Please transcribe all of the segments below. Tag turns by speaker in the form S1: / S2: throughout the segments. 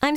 S1: I'm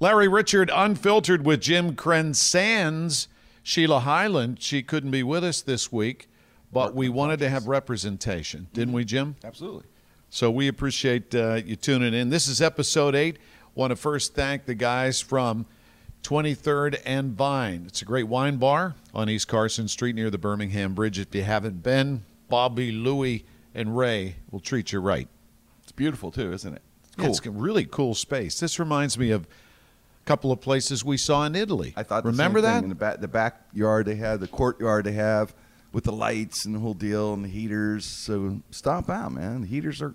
S2: Larry Richard unfiltered with Jim Crensans, Sheila Highland. She couldn't be with us this week, but we wanted to have representation, didn't we, Jim? Absolutely. So we appreciate uh, you tuning in. This is episode eight. Want to first thank the guys from 23rd and Vine. It's a great wine bar on East Carson Street near the Birmingham Bridge. If you haven't been, Bobby, Louie, and Ray will treat you right.
S3: It's beautiful too, isn't it? It's
S2: Yeah, It's a really cool space. This reminds me of a couple of places we saw in Italy.
S3: I thought. The
S2: Remember
S3: same thing.
S2: that?
S3: in the back, the backyard they have, the courtyard they have, with the lights and the whole deal and the heaters. So stop out, man. The heaters are,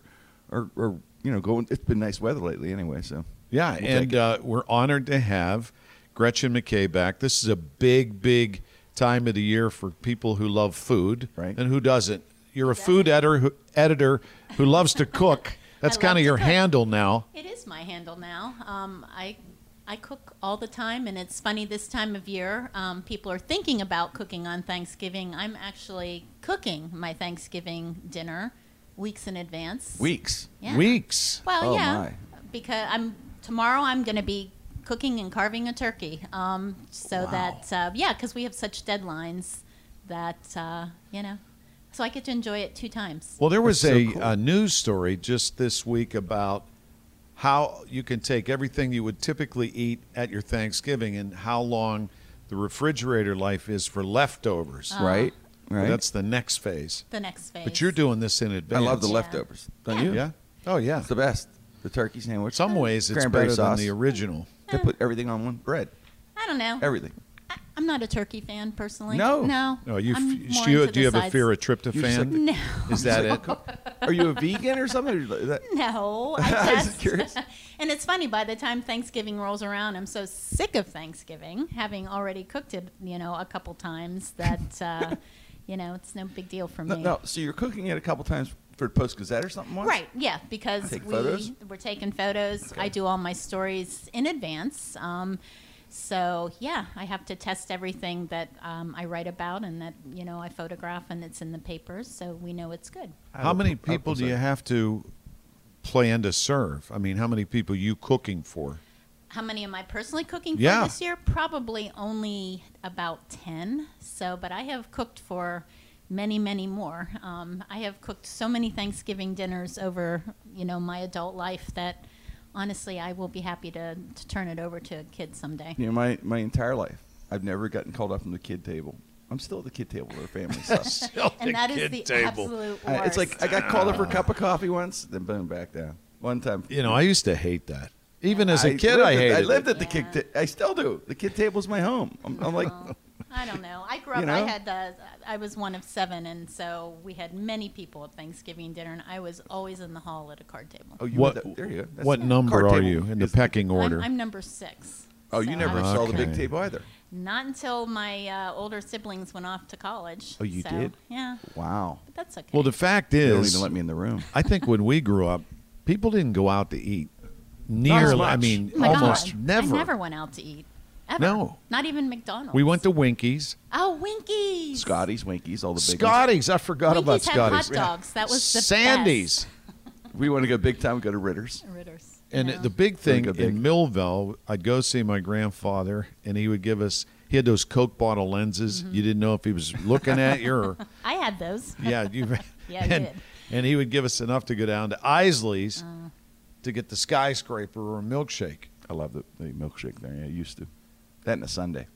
S3: are, are you know going. It's been nice weather lately, anyway. So
S2: yeah,
S3: We'll
S2: and
S3: take it.
S2: uh, we're honored to have Gretchen McKay back. This is a big, big time of the year for people who love food,
S3: Right.
S2: And who doesn't? You're a food editor who, editor who loves to cook. That's
S4: I love
S2: kind of
S4: to
S2: your
S4: cook.
S2: handle now.
S4: It is my handle now. Um, I I cook all the time, and it's funny this time of year. Um, people are thinking about cooking on Thanksgiving. I'm actually cooking my Thanksgiving dinner weeks in advance.
S3: weeks.
S4: Yeah.
S2: Weeks.
S4: Well,
S3: Oh,
S4: yeah, because I'm tomorrow. I'm going to be cooking and carving a turkey. Um, so that uh, yeah, because we have such deadlines that uh, you know, so I get to enjoy it two times.
S2: Well, there was
S3: That's
S2: a,
S3: so cool.
S2: a news story just this week about how you can take everything you would typically eat at your Thanksgiving and how long the refrigerator life is for leftovers.
S3: Ah. Right. Right.
S2: That's the next phase.
S4: The next phase.
S2: But you're doing this in advance.
S3: I love the leftovers. Don't you?
S2: Yeah. Oh yeah.
S3: It's the best. The turkey sandwich.
S2: Some ways it's
S3: Cranberry
S2: better
S3: sauce.
S2: than the original.
S3: They put everything on one bread.
S4: I don't know.
S3: Everything.
S4: I- I'm not a turkey fan personally.
S3: No.
S4: no.
S2: Oh, you, f-
S4: I'm
S2: do
S4: more
S2: you-
S4: into
S2: do you
S4: the
S2: have a
S4: sides.
S2: fear of tryptophan?
S4: No,
S2: Is that it?
S3: Are you a vegan or something? Is that-
S4: no. I
S3: I was
S4: just-
S3: curious.
S4: and it's funny. By the time Thanksgiving rolls around, I'm so sick of Thanksgiving, having already cooked it, you know, a couple times that, uh, you know, it's no big deal for
S3: No,
S4: me.
S3: no. So you're cooking it a couple times for Post Gazette or something. once?
S4: Right, yeah, because
S3: Take
S4: we
S3: photos?
S4: we're taking photos. I do all my stories in advance, um, so yeah, I have to test everything that um, I write about and that you know I photograph and it's in the papers, so we know it's good.
S2: How many
S3: I will
S2: people do
S3: say.
S2: you have to plan to serve? I mean, how many people you cooking for?
S4: How many am I personally cooking for
S2: Yeah.
S4: this year? Probably only about 10. So, but I have cooked for many, many more. Um, I have cooked so many Thanksgiving dinners over, you know, my adult life that honestly I will be happy to, to turn it over to a kid someday.
S3: You know, my, my entire life, I've never gotten called up from the kid table. I'm still at the kid table with our family. So.
S4: And that is the absolute
S3: I-
S4: worst.
S3: it's like I got called up for a cup of coffee once, then boom, back down. One time.
S2: You know, I used to hate that. Even as a
S3: I
S2: kid,
S3: lived
S2: I
S3: at-
S2: hated
S3: I lived
S2: it.
S3: at the kid ta- I still do. The kid table's my home. I'm, I'm like,
S4: I don't know. I grew up.
S3: You
S4: I
S3: know?
S4: had. Uh, I was one of seven, and so we had many people at Thanksgiving dinner, and I was always in the hall at a card table.
S3: oh, you
S2: What,
S3: had that- there you go. That's
S2: what
S3: the
S2: number
S3: card
S2: are
S3: table
S2: you in the
S3: is the-
S2: pecking order?
S4: I'm, I'm number six.
S3: Oh, you
S4: So
S3: never
S4: I-
S3: saw the big
S2: Okay.
S3: table either.
S4: Not until my uh, older siblings went off to college.
S3: Oh, you
S4: so,
S3: did?
S4: Yeah,
S3: Wow.
S4: but that's okay.
S2: well, the fact
S3: They don't
S2: is,
S3: even let me in the room.
S2: I think when we grew up, people didn't go out to eat.
S3: as
S2: Nearly, I
S3: much.
S2: mean,
S4: Oh my
S2: almost
S4: God.
S2: never.
S4: I never went out to eat. Ever.
S2: No.
S4: Not even McDonald's.
S2: We went to Winkies.
S4: Oh, Winkies.
S3: Scotty's, Winkies, all the big ones.
S2: Scotty's. I forgot
S4: Winkies
S2: about
S4: had
S2: Scotty's.
S4: hot dogs. That was the
S2: Sandy's.
S3: We want to go big time. Go to Ritter's.
S4: best. Ritters.
S2: And
S4: Yeah.
S2: the big thing
S3: Like a big-
S2: in Millville, I'd go see my grandfather, and he would give us. He had those Coke bottle lenses.
S4: Mm-hmm.
S2: You didn't know if he was looking at you or
S4: I had those.
S2: yeah, you.
S4: Yeah, I
S2: and,
S4: did. Uh-huh.
S2: and he would give us enough to go down to Isley's to get the skyscraper or a milkshake.
S3: I love the, the milkshake there. Yeah, I used to. That and a Sunday.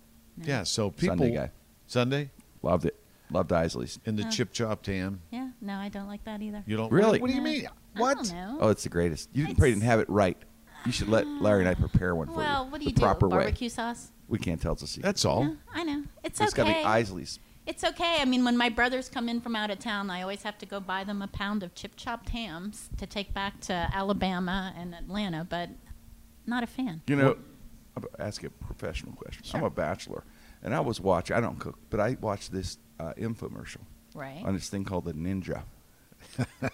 S2: Yeah, so people
S3: Sunday guy.
S2: Sunday
S3: Loved it. Loved Isley's.
S2: and the chip chopped ham.
S4: Yeah. No, I don't like that either.
S2: You don't
S3: Really?
S2: What do you
S4: No.
S2: mean?
S4: I
S2: What?
S4: don't know.
S3: Oh, it's the greatest. You didn't, probably didn't have it right. You should let Larry and I prepare one for
S4: well,
S3: you.
S4: what do
S3: the
S4: you do?
S3: Proper
S4: Barbecue
S3: way.
S4: sauce?
S3: We can't tell it's a secret.
S2: That's all.
S4: Yeah, I know. It's
S3: It's got to
S4: okay.
S3: be Isley's.
S4: It's okay. I mean, when my brothers come in from out of town, I always have to go buy them a pound of chip chopped hams to take back to Alabama and Atlanta, but not a fan.
S3: You know, I'm gonna ask you a professional question. I'm a bachelor, and I was watching. I don't cook, but I watched this uh, infomercial
S4: Right.
S3: on this thing called the Ninja,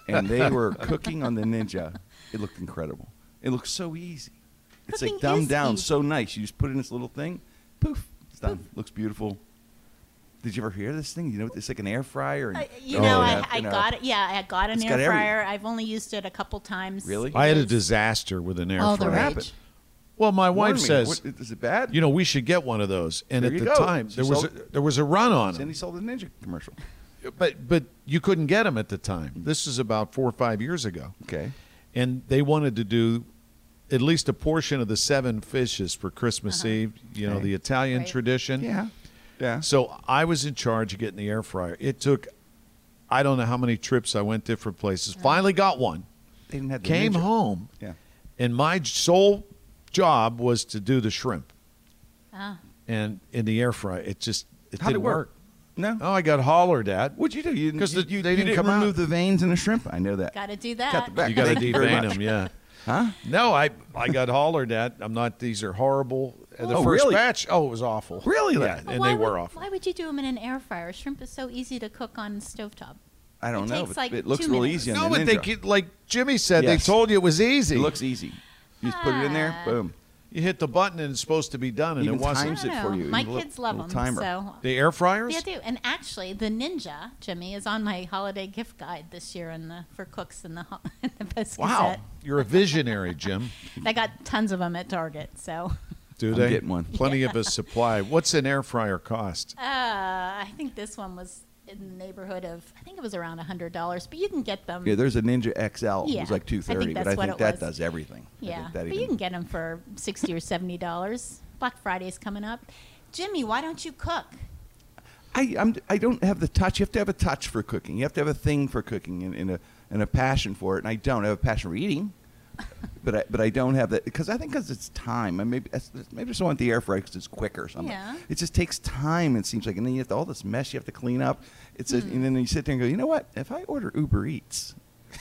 S3: and they were cooking on the Ninja. It looked incredible. It looked so easy. It's
S4: Cooking
S3: like
S4: is
S3: dumbed down,
S4: easy.
S3: so nice. You just put it in this little thing, poof, it's done. Looks beautiful. Did you ever hear this thing? You know, it's like an air fryer. And
S4: Uh, you know, I, I
S3: you know.
S4: got it. Yeah, I got an
S3: It's
S4: air
S3: got everything.
S4: fryer. I've only used it a couple times.
S3: Really?
S2: I had a disaster with an air
S4: All the
S2: fryer.
S4: rage.
S2: Well, my
S3: Warn
S2: wife
S3: me.
S2: says,
S3: What- "Is it bad?"
S2: you know, we should get one of those. And
S3: There
S2: at
S3: you
S2: the
S3: go.
S2: time,
S3: She
S2: there was a,
S3: sold-
S2: there was a run on them.
S3: Sandy saw the Ninja commercial.
S2: but but you couldn't get them at the time. This is about four or five years ago.
S3: Okay.
S2: and they wanted to do at least a portion of the seven fishes for Christmas Eve. You know the Italian
S4: Right.
S2: tradition.
S3: Yeah. Yeah.
S2: So I was in charge of getting the air fryer. It took I don't know how many trips I went different places. Finally got one.
S3: They didn't have the
S2: Came
S3: Ninja.
S2: home.
S3: Yeah.
S2: And my sole job was to do the shrimp.
S4: Ah.
S2: And in the air fryer, it just it
S3: How'd
S2: didn't
S3: it work? No.
S2: Oh, I got hollered at.
S3: What'd you do? You didn't,
S2: 'Cause
S3: you,
S2: the-
S3: you-
S2: they
S3: you
S2: didn't
S3: didn't
S2: come out.
S3: remove the veins in the shrimp. I know that.
S4: Got to do that.
S3: Got the back.
S2: You got to
S3: Thank you very
S2: devein
S3: much.
S2: them, yeah.
S3: Huh?
S2: No, I I got hollered at. I'm not. These are horrible. And the
S3: Oh,
S2: first
S3: really?
S2: batch, oh, it was awful.
S3: Really?
S2: Yeah,
S4: But
S2: and
S4: why
S2: they were
S4: would,
S2: awful.
S4: Why would you do them in an air fryer? Shrimp is so easy to cook on stovetop.
S3: I don't
S4: It
S3: know.
S4: takes,
S3: but
S4: like,
S3: it looks
S4: two
S3: real
S4: minutes.
S3: easy.
S2: No,
S3: on the
S2: but they
S3: Ninja.
S2: could, like Jimmy said,
S3: Yes.
S2: they told you it was easy.
S3: It looks easy. You just put it in
S4: Ah.
S3: there. Boom.
S2: you hit the button and it's supposed to be done, and
S3: Even
S2: it wasn't.
S3: times it
S4: I
S3: for
S4: don't
S3: you.
S4: know. My
S3: You have a
S4: kids love them,
S3: little timer.
S4: so
S2: The air fryers.
S4: Yeah, I do. And actually, the Ninja Jimmy is on my holiday gift guide this year in the for cooks in the ho- in the Post
S2: wow,
S4: Gazette.
S2: you're a visionary, Jim.
S4: I got tons of them at Target. So
S2: Do
S3: I'm
S2: they
S3: getting one.
S2: Plenty of a supply. What's an air fryer cost?
S4: uh, I think this one was in the neighborhood of I think it was around hundred dollars, but you can get them.
S3: Yeah, there's a Ninja XL. It
S4: Yeah.
S3: was like
S4: I think
S3: 230, but
S4: that's
S3: I
S4: what
S3: think
S4: it
S3: that
S4: was.
S3: does everything. I
S4: Yeah,
S3: think that
S4: but
S3: even-
S4: you can get them for sixty or seventy dollars. Black Friday's coming up. Jimmy, why don't you cook?
S3: I I'm, I don't have the touch. You have to have a touch for cooking. You have to have a thing for cooking and, and a and a passion for it. And I don't I have a passion for eating, but I but I don't have that because I think because it's time. And maybe that's- that's- maybe I just want the air fryer because it's quicker. Or something.
S4: Yeah.
S3: It just takes time. It seems like, and then you have to, all this mess you have to clean up. It's a, and then you sit there and go, you know what? If I order Uber Eats,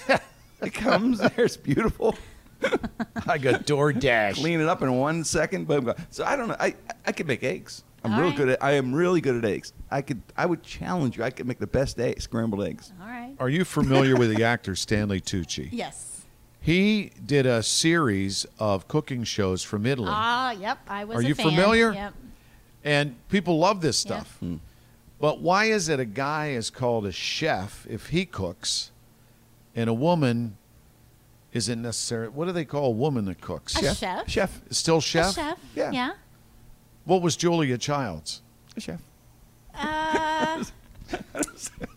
S3: it comes there. It's beautiful.
S2: I got DoorDash.
S3: Clean it up in one second. Boom. gone. So I don't know. I I could make eggs. I'm
S4: All
S3: real
S4: right.
S3: good at. I am really good at eggs. I could. I would challenge you. I could make the best egg, scrambled eggs.
S4: All right.
S2: Are you familiar with the actor Stanley Tucci?
S4: Yes.
S2: He did a series of cooking shows from Italy.
S4: Ah, yep. I was.
S2: Are
S4: a
S2: you
S4: fan.
S2: familiar?
S4: Yep.
S2: And people love this
S4: Yeah.
S2: stuff.
S3: Hmm.
S2: But why is it a guy is called a chef if he cooks and a woman isn't necessarily what do they call a woman that cooks?
S4: A chef.
S3: Chef.
S2: Still
S4: A
S2: chef?
S4: chef.
S3: Yeah.
S4: Yeah.
S2: What was Julia Child's?
S3: Chef.
S4: Uh,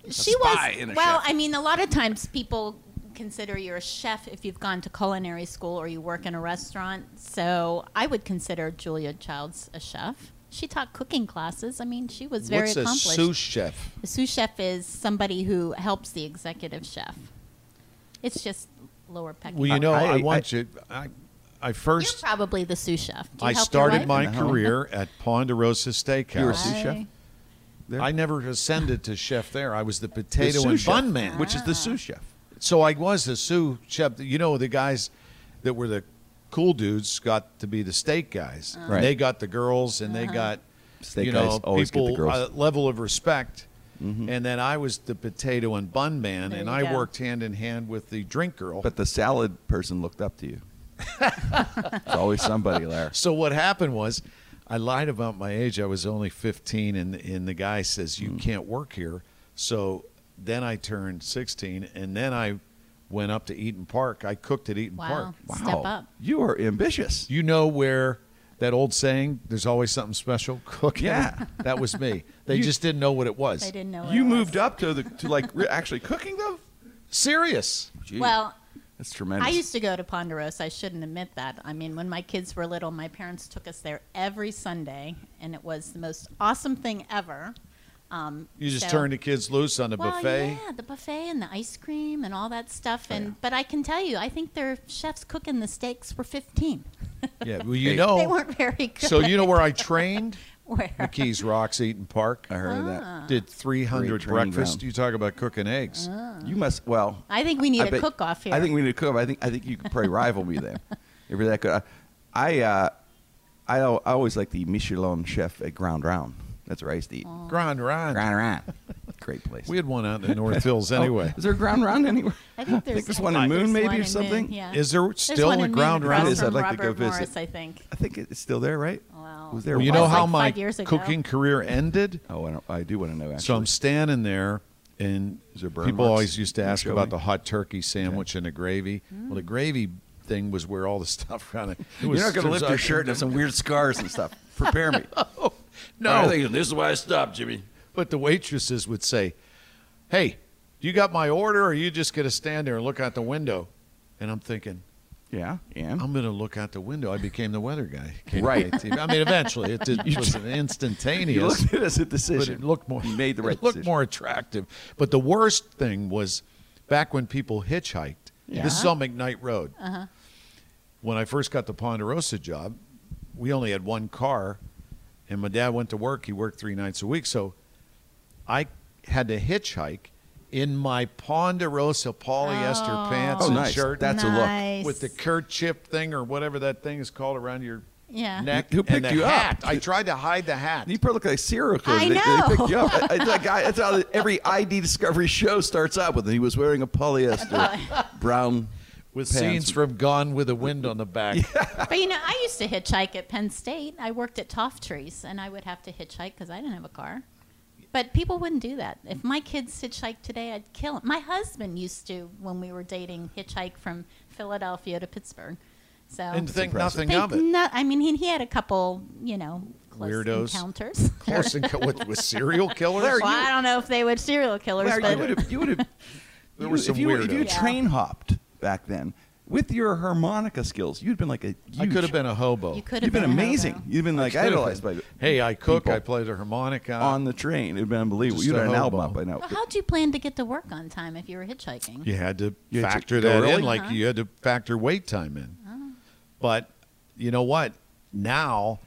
S4: she
S3: spy
S4: was
S3: and a
S4: well.
S3: chef.
S4: I mean, a lot of times people consider you're a chef if you've gone to culinary school or you work in a restaurant. So I would consider Julia Childs a chef. She taught cooking classes. I mean, she was very
S2: What's a
S4: accomplished.
S2: sous chef?
S4: a sous chef is somebody who helps the executive chef. It's just lower pecking.
S2: Well, you know, I,
S3: I-
S2: want you. I, I
S4: you're
S2: first
S4: probably the sous chef. Do you
S2: I
S4: help your
S2: started
S4: wife?
S2: my
S3: In the home.
S2: career at Ponderosa Steakhouse.
S3: You were Uh-huh. a sous chef.
S4: Aye.
S3: There?
S2: I never ascended to chef there. I was the
S3: The
S2: potato
S3: sous
S2: and
S3: chef,
S2: bun man,
S3: which is the sous chef.
S2: So I was the sous chef. You know, the guys that were the cool dudes got to be the steak guys. And
S3: Uh-huh. Right. Uh-huh.
S2: They got the girls, and they got
S3: Steak
S2: you
S3: guys
S2: know
S3: always get the
S2: people
S3: girls. Mm-hmm.
S2: uh, level of respect. And then I was the potato and bun man,
S4: There
S2: and
S4: you
S2: I
S4: go.
S2: worked hand in hand with the drink girl.
S3: But the salad person looked up to you. it's always somebody there.
S2: so what happened was, I lied about my age. I was only 15, and and the guy says
S3: Mm.
S2: you can't work here. So then I turned 16, and then I went up to Eaton Park. I cooked at Eaton
S4: Wow.
S2: Park.
S4: Step
S3: Wow.
S4: up.
S3: Oh, You are ambitious.
S2: You know where that old saying, "There's always something special cooking."
S3: Yeah.
S2: that was me. They just didn't know what it was.
S4: They didn't know. what
S3: you
S4: it was.
S3: moved up to the to like re- actually cooking though.
S2: Serious.
S3: Gee,
S4: Well,
S3: that's tremendous.
S4: I used to go to Ponderosa. I shouldn't admit that. I mean, when my kids were little, my parents took us there every Sunday, and it was the most awesome thing ever. Um,
S2: You just
S4: so-
S2: turned the kids loose on the
S4: well,
S2: buffet. Oh,
S4: yeah, the buffet and the ice cream and all that stuff. And but I can tell you, I think their chefs cooking the steaks were 15.
S2: Yeah, well, you
S3: They-
S2: know,
S4: they weren't very good.
S2: Oh. So you know where I trained?
S4: Where? Ah.
S2: McKees Rocks, Eaton Park.
S3: I heard of that.
S2: Did 300
S3: Great training
S2: breakfast.
S3: ground.
S2: You talk about cooking eggs.
S4: Oh.
S3: You must. Well,
S4: I think we need
S3: a
S4: a cook-off here.
S3: I think we need a cook. I think I think you could probably rival me there. If you're that good, I uh, I al- I always like the Michelin chef at Ground Round. That's where I used to eat.
S4: Oh.
S2: Grand Ryan.
S3: Ground Round, great place.
S2: We had one out in the North Hills
S3: Oh,
S2: anyway.
S3: is there a Ground Round anywhere?
S4: I think there's,
S3: there's one in
S4: I think
S3: Moon
S4: there's
S3: maybe
S4: one
S3: or
S4: in Moon,
S3: something?
S4: yeah.
S2: Is there
S4: There's
S2: still
S4: one
S2: a
S4: in
S2: ground
S4: Moon
S2: round?
S4: across
S3: It is.
S4: From
S3: I'd like to go
S4: Robert
S3: visit.
S4: Morris, I think.
S3: I think it's still there, right?
S4: Wow.
S3: Was there?
S2: Well, you
S3: a
S2: know
S3: wild-
S2: how
S4: like
S2: my
S4: five years ago.
S2: cooking career ended?
S3: Oh, I, don't, I do want to know. Actually,
S2: So I'm standing there, and
S3: Is there burn
S2: people
S3: marks?
S2: always used to
S3: Can you
S2: ask
S3: show
S2: about
S3: me?
S2: the hot turkey sandwich and the gravy. Well, the gravy thing was where all the stuff around it. it was-
S3: You're not going to lift your shirt and have some weird scars and stuff. Prepare me.
S2: No.
S3: this is why I stopped, Jimmy.
S2: But the waitresses would say, Hey, you got my order, or are you just going to stand there and look out the window? And I'm thinking,
S3: Yeah, yeah.
S2: I'm going to look out the window. I became the weather guy.
S3: Right.
S2: KKTV. I mean, eventually, it, did, was an
S3: you
S2: instantaneous.
S3: looked at us at
S2: But
S3: decision.
S2: it looked more.
S3: You made the right
S2: It looked
S3: decision.
S2: more attractive. But the worst thing was back when people hitchhiked. This is on McKnight Road. When I first got the Ponderosa job, we only had one car, and my dad went to work. He worked three nights a week, so I had to hitchhike in my Ponderosa polyester pants
S3: Oh,
S2: and
S3: nice.
S2: shirt
S3: That's a
S4: nice.
S2: with the kerchief thing or whatever that thing is called around your
S4: Yeah.
S2: neck.
S3: Who
S2: and
S3: picked
S2: the
S3: you up?
S2: hat. I tried to hide the hat.
S3: look. You probably look like a serial killer.
S4: I
S3: They-
S4: know.
S3: They, picked you up. It's like, I- that's how every ID Discovery show starts out with. He was wearing a
S4: Uh-huh.
S3: polyester brown
S2: with
S3: pants.
S2: scenes from Gone with the Wind on the back.
S4: But you know, I used to hitchhike at Penn State. I worked at Toff Trees, and I would have to hitchhike because I didn't have a car. But people wouldn't do that. If my kids hitchhiked today, I'd kill 'em. My husband used to, when we were dating, hitchhike from Philadelphia to Pittsburgh. So
S2: And think
S3: impressive.
S2: nothing of
S4: Think
S2: it.
S4: no- I mean, he, he had a couple, you know, close
S2: Weirdos.
S4: encounters.
S2: Close and co- with, with serial killers.
S4: well, I don't know if they were serial killers,
S3: Larry,
S4: but
S3: you would have. You would have.
S2: There
S3: you-
S2: were some
S3: if you, if you
S2: weirdos.
S4: Yeah.
S3: train hopped back then with your harmonica skills, you'd been like a.
S2: I
S3: huge-
S2: could have been a hobo.
S4: you could
S3: You've
S4: have
S3: been,
S4: been, a
S3: amazing.
S4: hobo.
S3: You've been like
S2: Could have
S3: idolized by.
S2: been. Hey, I cook.
S3: people
S2: I play the harmonica.
S3: on the train. It'd been unbelievable.
S2: Just
S3: You'd
S2: a Uh-huh.
S3: had an
S2: hobo.
S3: album up by now.
S4: Well, how'd you plan to get to work on time if you were hitchhiking?
S2: you had to
S3: You had to
S2: factor
S3: go
S2: that in,
S3: early?
S2: like
S4: Uh-huh.
S2: you had to factor wait time in.
S4: Oh.
S2: But you know what? Now,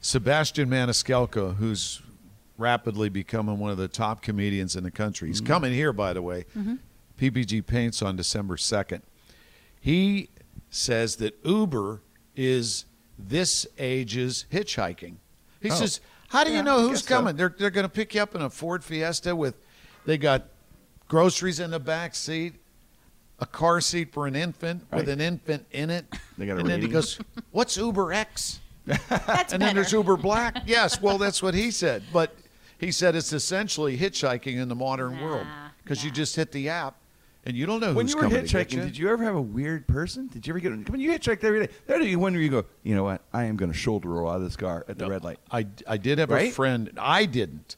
S2: Sebastian Maniscalco, who's rapidly becoming one of the top comedians in the country,
S3: Mm-hmm.
S2: he's coming here, by the way. PPG Paints on December 2nd. He says that Uber is this age's hitchhiking.
S3: Oh.
S2: He says, How do you know who's coming? They're, they're going to pick you up in a Ford Fiesta with, they got groceries in the back seat, a car seat for an infant with
S3: Right.
S2: an infant in it.
S3: They got a
S2: and then he
S3: rating.
S2: goes, What's Uber X?
S4: That's
S2: and
S4: better.
S2: then there's Uber Black. Yes, well, that's what he said. But he said it's essentially hitchhiking in the modern
S4: Nah,
S2: world because you
S4: nah.
S2: just hit the app and you don't know
S3: when
S2: who's
S3: you were
S2: coming to get
S3: hitchhiking,
S2: you.
S3: did you ever have a weird person? Did you ever get? When you hitchhiked every day, there you one where you go, you know what? I am going to shoulder roll out of this car at the red light.
S2: I, I did have a
S3: Right?
S2: friend. I didn't,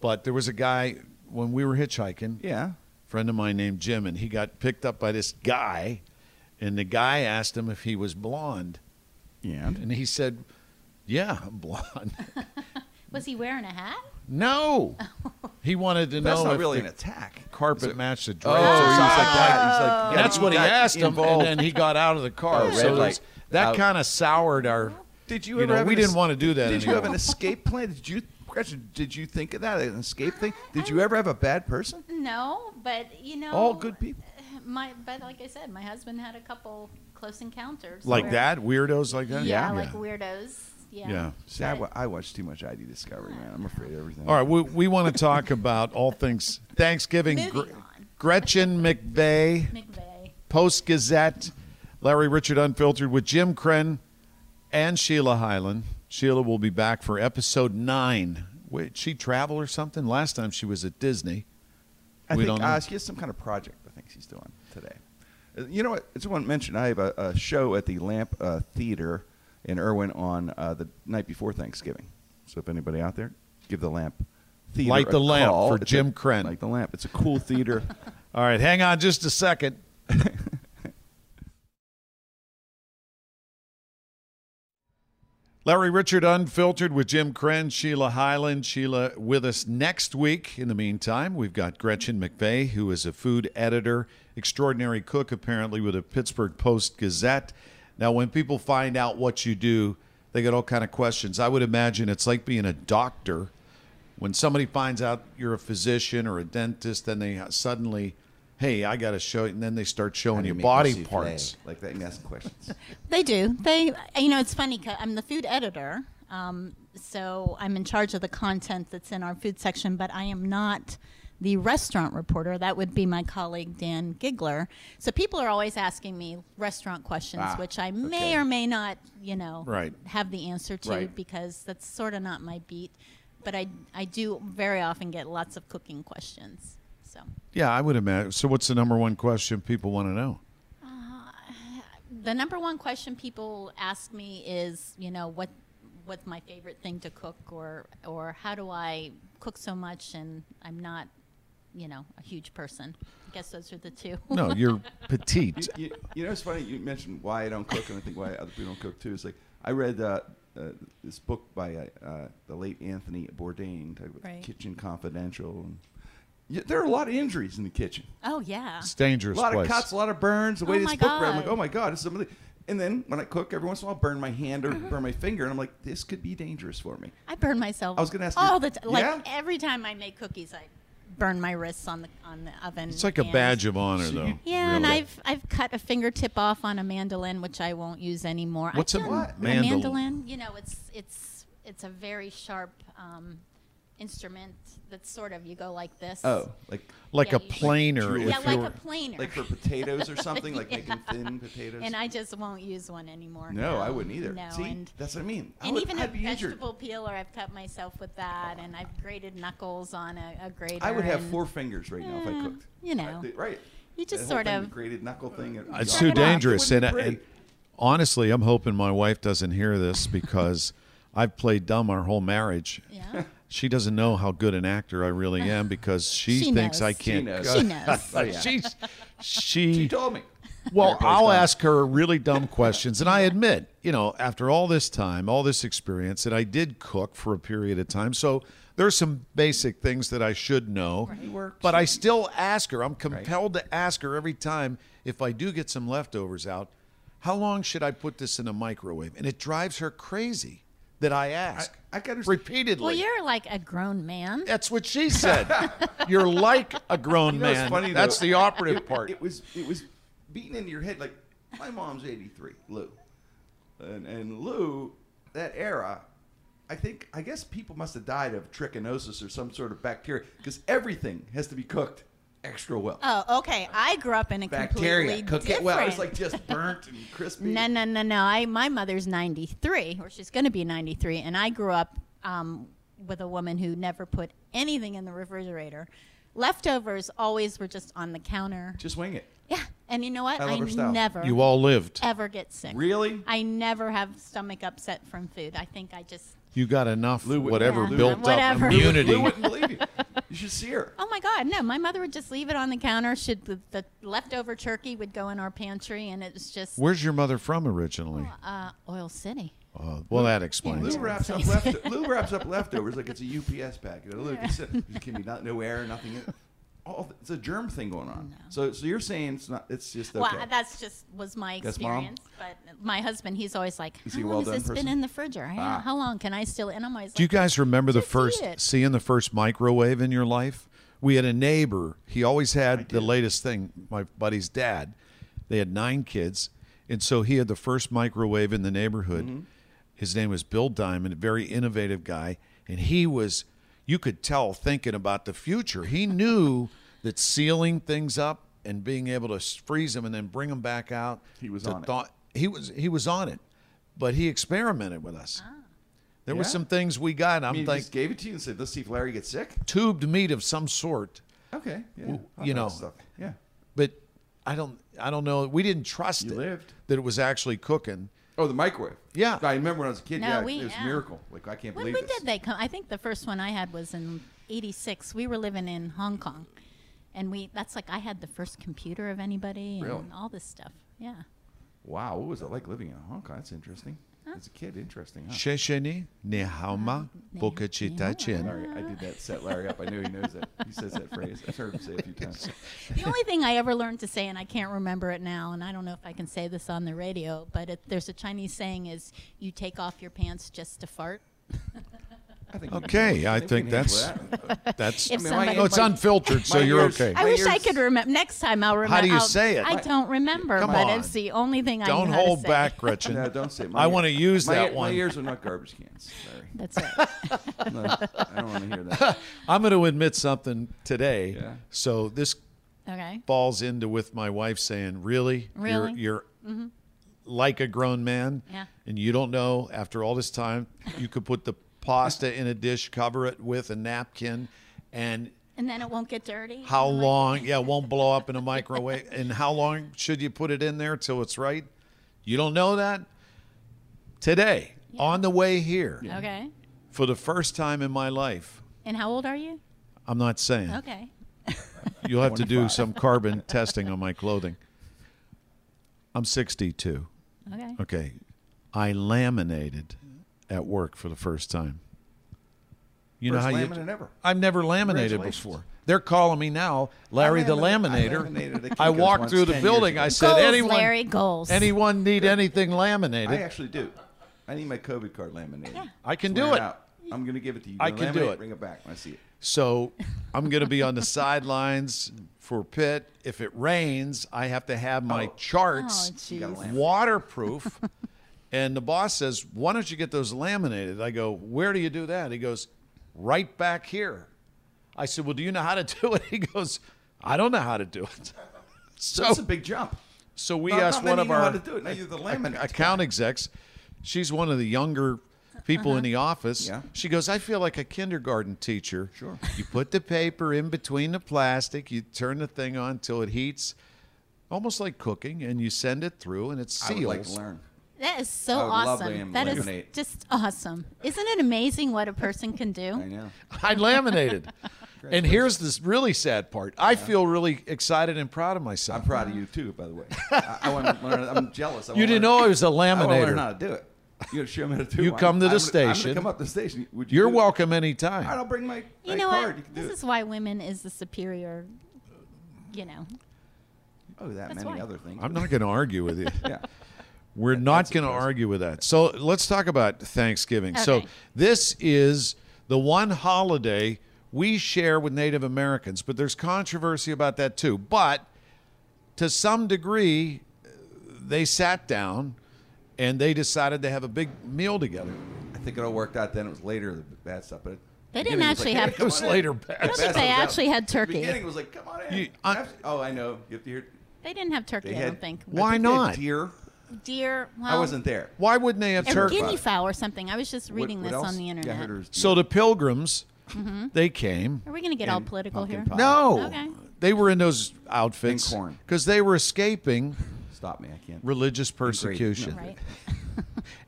S2: but there was a guy when we were hitchhiking.
S3: Yeah.
S2: friend of mine named Jim, and he got picked up by this guy, and the guy asked him if he was blonde,
S3: And
S2: and he said, "Yeah, I'm blonde."
S4: Was he wearing a hat?
S2: no, he wanted to
S3: that's
S2: know
S3: not
S2: if
S3: really an
S2: the
S3: attack.
S2: carpet matched the
S3: Oh,
S2: drapes.
S3: he's
S2: or
S3: like
S2: something like that.
S3: that. He's like,
S2: And
S3: yeah,
S2: that's
S3: you
S2: what he
S3: got
S2: asked him, and
S3: involved.
S2: then he got out of the car.
S3: Oh, red
S2: so it was-
S3: light.
S2: that
S3: Out.
S2: kind of soured our.
S3: Did you,
S2: you
S3: ever?
S2: know,
S3: have
S2: we
S3: an
S2: didn't
S3: es-
S2: want to do that
S3: Did you have an
S2: anymore.
S3: escape plan? Did you? Gretchen, Did you think of that an escape thing? Did you ever have a bad person?
S4: No, but you know,
S3: All good people.
S4: My, but like I said, my husband had a couple close encounters.
S2: Like
S4: where-
S2: that, weirdos like
S4: Yeah,
S2: that.
S4: like weirdos. Yeah.
S2: Yeah.
S3: See, I, wa- I watch too much ID Discovery, man. I'm afraid of everything.
S2: All right, we, we want to talk about all things Thanksgiving.
S4: Moving
S2: Gre-
S4: on.
S2: Gretchen McVeigh,
S4: McVeigh.
S2: Post Gazette, Larry Richard Unfiltered with Jim Krenn and Sheila Hyland. Sheila will be back for episode nine. Wait, she travel or something? Last time she was at Disney.
S3: I
S2: We
S3: think
S2: don't know.
S3: Uh, she has some kind of project. I think she's doing today. Uh, You know what? I just want to mention I have a, a show at the Lamp uh, Theater in Irwin on uh, the night before Thanksgiving. So if anybody out there, give the Lamp Theater
S2: Light
S3: a
S2: the Lamp
S3: call.
S2: for
S3: It's
S2: Jim
S3: a,
S2: Crenn.
S3: Light the Lamp. It's a cool theater.
S2: All right, hang on just a second. Larry Richard Unfiltered with Jim Krenn, Sheila Highland. Sheila with us next week. In the meantime, we've got Gretchen McVeigh, who is a food editor, extraordinary cook, apparently, with a Pittsburgh Post Gazette. Now, when people find out what you do, they get all kind of questions. I would imagine it's like being a doctor. When somebody finds out you're a physician or a dentist, then they suddenly, hey, I got to show you, and then they start showing you
S3: Make
S2: body
S3: souffle
S2: parts.
S3: like that. And ask questions.
S4: They do. They, you know, it's funny. i I'm the food editor, um, so I'm in charge of the content that's in our food section. But I am not the restaurant reporter. That would be my colleague Dan Gigler. So people are always asking me restaurant questions,
S3: Ah,
S4: which I may
S3: okay.
S4: or may not, you know,
S2: Right.
S4: have the answer to
S3: Right.
S4: because that's sort of not my beat. But I, I do very often get lots of cooking questions. So
S2: Yeah, I would imagine. So, what's the number one question people want to know?
S4: the number one question people ask me is, you know, what what's my favorite thing to cook or or how do I cook so much and I'm not, you know, a huge person. I guess those are the two.
S2: No, you're petite.
S3: you, you know, it's funny. You mentioned why I don't cook, and I think why other people don't cook too. It's like I read uh, uh, this book by uh, uh, the late Anthony Bourdain, talking about
S4: Right.
S3: Kitchen Confidential. And yeah, there are a lot of injuries in the kitchen.
S4: oh yeah.
S2: It's a
S3: A
S2: dangerous
S3: lot
S2: place.
S3: of cuts, a lot of burns. The way
S4: Oh
S3: this
S4: my
S3: book read, I'm like,
S4: God.
S3: oh my god, it's something. And then when I cook, every once in a while, I burn my hand or
S4: Mm-hmm.
S3: burn my finger, and I'm like, this could be dangerous for me.
S4: I burn myself.
S3: I was gonna ask you-
S4: all the t- like
S3: Yeah?
S4: every time I make cookies I burn my wrists on the on the oven.
S2: It's like a badge of honor, though.
S4: Yeah, and
S2: really.
S4: I've I've cut a fingertip off on a mandolin, which I won't use anymore. I
S2: What's a
S4: feel-
S2: What? mandolin?
S4: mandolin? You know, it's it's it's a very sharp um, instrument that's sort of you go like this.
S3: Oh, like
S2: like
S4: Yeah,
S2: a
S4: you-
S2: planer.
S4: yeah,
S2: if
S4: like
S2: you're, Uh,
S4: a planer.
S3: like for potatoes or something, like making thin potatoes.
S4: and I just won't use one anymore.
S3: no, I
S4: Um,
S3: wouldn't either.
S4: No,
S3: See,
S4: and
S3: that's what I mean. I
S4: and
S3: would,
S4: even
S3: I'd
S4: a
S3: be injured.
S4: vegetable peeler, I've cut myself with that, and I've grated knuckles on a, a grater.
S3: I would have
S4: and
S3: four fingers right now if I
S4: Yeah,
S3: cooked.
S4: Eh, you know.
S3: I think- right?
S4: You just
S3: That whole
S4: sort
S3: thing,
S4: of-
S3: the graded knuckle thing. it-
S2: it's
S3: Yeah.
S2: too
S4: Check it out.
S2: dangerous.
S3: It would
S2: And,
S3: be
S2: and
S3: great.
S2: honestly, I'm hoping my wife doesn't hear this because I've played dumb our whole marriage.
S4: Yeah.
S2: She doesn't know how good an actor I really am because she,
S4: She
S2: thinks
S4: knows.
S2: I
S3: she
S2: can't.
S3: knows.
S4: She knows.
S3: Oh, yeah.
S2: She's, she,
S3: She told me.
S2: Well,
S3: Everybody's
S2: I'll
S3: dumb.
S2: ask her really dumb questions. And I admit, you know, after all this time, all this experience, that I did cook for a period of time. So there's some basic things that I should know.
S3: Works.
S2: But I still ask her, I'm compelled to ask her every time if I do get some leftovers out, how long should I put this in the microwave? And it drives her crazy that I ask
S3: I can understand-
S2: repeatedly.
S4: Well, you're like a grown man.
S2: That's what she said. you're like a grown
S3: know, it's
S2: man.
S3: funny, though.
S2: That's the operative part.
S3: It was it was beaten into your head like my mom's eighty three, Lou, and and Lou, that era. I think I guess people must have died of trichinosis or some sort of bacteria because everything has to be cooked extra well.
S4: Oh, okay. I grew up in a
S3: bacteria,
S4: completely
S3: cook
S4: different.
S3: it well. It's like just burnt and crispy.
S4: No, no, no, no. I my mother's 93, or she's going to be 93, and I grew up um, with a woman who never put anything in the refrigerator. Leftovers always were just on the counter.
S3: Just wing it.
S4: Yeah, and you know what?
S3: I love her style.
S4: never
S2: you all lived.
S4: ever get sick.
S3: Really?
S4: I never have stomach upset from food. I think I just
S2: You got enough
S3: Lou would-
S2: whatever
S3: Yeah. Lou
S2: built
S4: would- Whatever.
S2: up
S4: Lou would-
S2: immunity.
S3: Lou wouldn't believe you. You should see her.
S4: Oh my God! No, my mother would just leave it on the counter. Should the, the leftover turkey would go in our pantry, and it was just
S2: Where's your mother from originally?
S4: uh, Oil City.
S2: Uh, well, that explains
S3: Lou
S2: it.
S3: wraps up left. Lou wraps up leftovers like it's a UPS package. Lou, if you sit- there can be not, no air, nothing. in- All it's a germ thing going on. So, so you're saying it's not. It's just okay.
S4: Well, that's just was my
S3: That's mom?
S4: experience. But my husband, he's always like,
S3: Is
S4: "How
S3: he a
S4: long has
S3: well-done
S4: this
S3: person? Ah.
S4: been in the fridger? Yeah, How long can I still?" And I'm always
S2: Do you
S4: like,
S2: guys remember the
S4: Just eat
S2: first
S4: it.
S2: seeing the first microwave in your life? We had a neighbor. He always had the latest thing. My buddy's dad. They had nine kids, and so he had the first microwave in the neighborhood.
S3: Mm-hmm.
S2: His name was Bill Diamond, a very innovative guy, and he was. You could tell thinking about the future. He knew that sealing things up and being able to s- freeze them and then bring them back out.
S3: He was
S2: to
S3: on it.
S4: Ah.
S2: thaw- He was he was on it, but he experimented with us. There were
S3: Yeah.
S2: some things we got. and
S3: I
S2: I'm
S3: mean, you
S2: like
S3: just gave it to you and said, "Let's see if Larry gets sick."
S2: tubed meat of some sort,
S3: Okay. Yeah.
S2: Well,
S3: I'll
S2: you
S3: try
S2: know,
S3: this stuff. Yeah.
S2: but I don't. I don't know. We didn't trust
S3: You
S2: it
S3: lived.
S2: that it was actually cooking.
S3: Oh, the microwave.
S2: Yeah.
S3: I remember when I was a kid.
S4: No,
S3: yeah,
S4: we-
S3: it was
S4: yeah.
S3: a miracle. Like I can't
S4: When,
S3: believe
S4: when
S3: this.
S4: did they come? I think the first one I had was in '86. We were living in Hong Kong, and we—that's like I had the first computer of anybody and
S3: Really?
S4: all this stuff. Yeah.
S3: Wow, what was it like living in Hong Kong? That's interesting. As a kid, interesting. Huh?
S2: Shesheni nehauma
S3: Larry, I did that set Larry up. I know he knows that. He says that phrase. I've heard him say it a few times.
S4: The only thing I ever learned to say, and I can't remember it now, and I don't know if I can say this on the radio, but it, there's a Chinese saying: "Is you take off your pants just to fart."
S3: I think
S2: Okay, I think that's that's
S4: If
S3: I mean, my-
S4: somebody,
S2: no, it's
S3: my-
S2: unfiltered, so
S3: my
S2: you're
S3: ears-
S2: okay.
S4: I wish I
S3: ears-
S4: could remember. Next time I'll remember.
S2: How do you say it?
S4: I don't remember,
S2: Come
S4: but
S2: on.
S4: it's the only thing I
S2: Don't
S4: knew how to
S2: hold
S4: say.
S2: back, Gretchen.
S3: No, don't say. it.
S2: I want to use
S3: my,
S2: that
S3: ear-
S2: one.
S3: My ears are not garbage cans. Larry.
S4: That's right.
S3: No, I don't want to hear that.
S2: I'm going to admit something today.
S3: Yeah.
S2: So this
S4: Okay.
S2: falls into with my wife saying, "Really,
S4: Really? Mm-hmm.
S2: you're, you're like a grown man,
S4: Yeah.
S2: and you don't know after all this time you could put the pasta in a dish, cover it with a napkin, and
S4: And then it won't get dirty.
S2: how
S4: I'm like,
S2: long? Yeah, it won't blow up in a microwave. and how long should you put it in there till it's right? You don't know that today on the way here
S4: Okay.
S2: for the first time in my life.
S4: And how old are you?
S2: I'm not saying.
S4: Okay.
S2: You'll have to do some carbon testing on my clothing. I'm 62.
S4: Okay.
S2: Okay. I laminated at work for the first time. You
S3: First
S2: know how you
S3: laminate ever.
S2: I've never laminated
S3: Congratulations.
S2: before. They're calling me now, Larry the
S3: laminate- I laminated
S2: Laminator.
S3: at
S2: I,
S3: Kinko's
S2: walked
S3: once
S2: through the
S3: 10 years
S2: building.
S3: ago.
S2: I said,
S4: Goals,
S2: anyone,
S4: Larry, goals."
S2: anyone need anything
S3: I
S2: laminated? I,
S3: actually do. I need my COVID card laminated.
S2: can
S3: Wear
S2: do it.
S3: out. I'm going to give it to you.
S2: I
S3: Gonna
S2: can do
S3: laminate,
S2: it.
S3: Bring it back when I see it.
S2: So I'm going to be on the sidelines for Pitt. If it rains, I have to have my charts
S4: Oh, You gotta
S3: jeez. laminate.
S2: waterproof. and the boss says, Why don't you get those laminated? I go, Where do you do that? He goes, Right back here. I said, Well, do you know how to do it? He goes, I don't know how to do it. So,
S3: That's a big jump.
S2: so we
S3: Not- not
S2: asked one
S3: many
S2: of
S3: know how
S2: our
S3: to do it. Now you're the laminate.
S2: account execs. She's one of the younger people in the office.
S3: Uh-huh. Yeah.
S2: She goes, I feel like a kindergarten teacher.
S3: Sure.
S2: You put the paper in between the plastic, you turn the thing on till it heats, almost like cooking, and you send it through and it
S3: I
S2: seals.
S3: would like to learn.
S4: That is so
S3: I would love
S4: awesome.
S3: lam-
S4: That is
S3: laminate.
S4: just awesome. Isn't it amazing what a person can
S3: I
S4: do?
S3: know.
S2: I laminated. and here's this really sad part. I feel really excited and proud of myself.
S3: I'm proud of you too, by the way. I, I want to learn. I'm jealous. I wanna
S2: you didn't
S3: learn-
S2: know I was a
S3: I want to learn
S2: laminator.
S3: how to do it. You gotta show me how to do
S2: You
S3: it.
S2: come to the
S3: I'm gonna- I'm
S2: station.
S3: gonna come up to the station. Would you
S2: You're
S3: do it?
S2: welcome
S3: All right,
S2: anytime.
S3: I'll bring my, my
S4: You know
S3: card. You
S4: what?
S3: can do
S4: This
S3: it.
S4: is why women is the superior. You know.
S3: oh, that
S4: That's
S3: many
S4: why.
S3: other things.
S2: I'm not going to argue with you.
S3: yeah.
S2: We're not going to argue with that. So let's talk about Thanksgiving. So
S4: Okay.
S2: this is the one holiday we share with Native Americans, but there's controversy about that too. But to some degree, they sat down and they decided to have a big meal together.
S3: I think it all worked out. Then it was later the bad stuff, but
S4: They
S3: beginning
S4: didn't
S3: was like,
S4: actually
S3: "Hey,
S4: have-
S3: come
S2: It was
S3: on in."
S2: later
S4: I
S2: bad.
S4: don't
S3: Bad
S4: think they
S3: stuff was
S4: actually
S3: out.
S4: had turkey.
S3: The beginning it was like, come on in.
S2: You- I-
S3: After- oh, I know. You have to hear.
S4: They didn't have turkey.
S3: They
S4: I
S3: had,
S4: don't think.
S2: Why
S3: I think they had
S2: not?
S3: Deer.
S4: Deer. Well,
S3: I wasn't there.
S2: Why wouldn't they have
S4: or
S2: turkey?
S4: guinea fowl or something. I was just
S3: What-
S4: reading
S3: what
S4: this
S3: else?
S4: on the
S3: Yeah, I
S4: internet.
S3: heard it was deer.
S2: So the pilgrims,
S4: Mm-hmm.
S2: they came.
S4: Are we going to get all
S3: And
S4: political
S3: pumpkin
S4: here?
S3: pie.
S2: No,
S4: Okay.
S2: they were in those outfits
S3: And corn.
S2: because they were escaping
S3: Stop me. I can't.
S2: religious persecution.
S4: Right.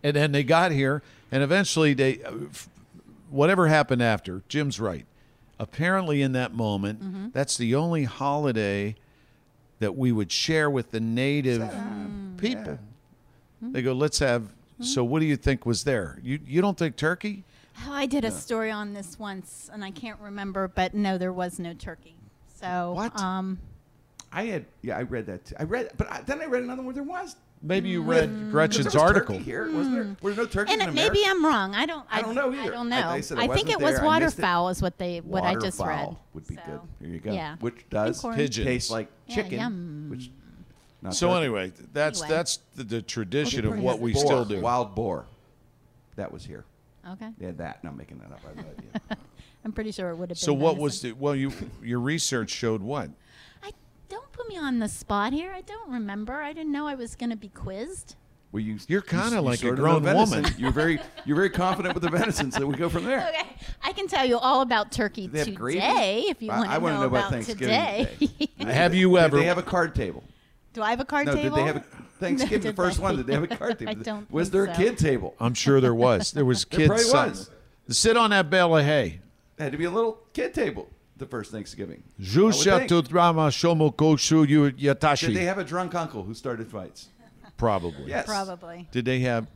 S2: and then they got here, and eventually they, uh, f- whatever happened after, Jim's right. Apparently, in that moment,
S3: Mm-hmm.
S2: that's the only holiday that we would share with the native
S3: Mm.
S2: people.
S3: Hmm.
S2: They go, let's have. So, what do you think was there? You you don't think turkey?
S4: Oh, I did a story on this once, and I can't remember, but no, there was no turkey. So
S2: What?
S4: Um,
S3: I had. Yeah, I read that. Too. I read, but I, then I read another one. There was.
S2: Maybe you read
S3: 'cause
S2: Gretchen's
S3: Mm. there was
S2: article.
S3: turkey Here, wasn't there? Were there no turkeys
S4: Hmm. and
S3: in
S4: it, maybe
S3: America?
S4: I'm wrong. I don't.
S3: I don't know
S4: I
S3: either.
S4: don't
S3: I-
S4: know. I,
S3: I said I
S4: think
S3: wasn't
S4: it was
S3: there. I missed it.
S4: waterfowl, is what they what I just read.
S3: Waterfowl would be
S4: So-
S3: good. Here you go.
S4: Yeah.
S3: Which does
S4: corn.
S2: Pigeons.
S3: taste like
S4: Yeah,
S3: chicken.
S4: yum.
S3: Which. Not
S2: So
S3: turkey.
S2: anyway, that's
S4: Anyway.
S2: that's the, the tradition
S4: Well,
S2: of
S4: they
S2: what
S4: put
S2: we
S3: boar,
S2: still do.
S3: Wild boar. That was here.
S4: Okay.
S3: They had that. No, I'm making that up. I have no idea.
S4: I'm pretty sure it would have been.
S2: So what was
S4: venison.
S2: the well you your research showed what?
S4: I don't put me on the spot here. I don't remember. I didn't know I was going to be quizzed.
S3: where you
S2: You're kinda
S3: you
S2: like a
S3: sorted
S2: grown
S3: the venison.
S2: woman.
S3: You're very you're very confident with the venison, so we go from there.
S4: Okay, I can tell you all about turkey
S3: They have gravy?
S4: today if you
S3: I-
S4: want
S3: I
S4: to
S3: wanna
S4: know,
S3: know about
S4: about
S3: Thanksgiving
S4: today.
S3: today.
S2: Have you ever?
S3: Did they have a card table?
S4: Do I have a card
S3: No,
S4: table?
S3: did they have a Thanksgiving?
S4: No,
S3: the first
S4: did
S3: one,
S4: they?
S3: did they have a card table?
S4: I don't
S3: Was
S4: think
S3: there a
S4: so.
S3: kid table?
S2: I'm sure there was. There was
S3: There
S2: kids.
S3: probably
S2: son-
S3: was.
S2: Sit on that bale of hay.
S3: had to be a little kid table the first Thanksgiving. I would
S2: Jusha
S3: think.
S2: tu drama shomo koshu yu- yatashi.
S3: Did they have a drunk uncle who started fights?
S2: Probably.
S3: Yes.
S4: Probably.
S2: Did they have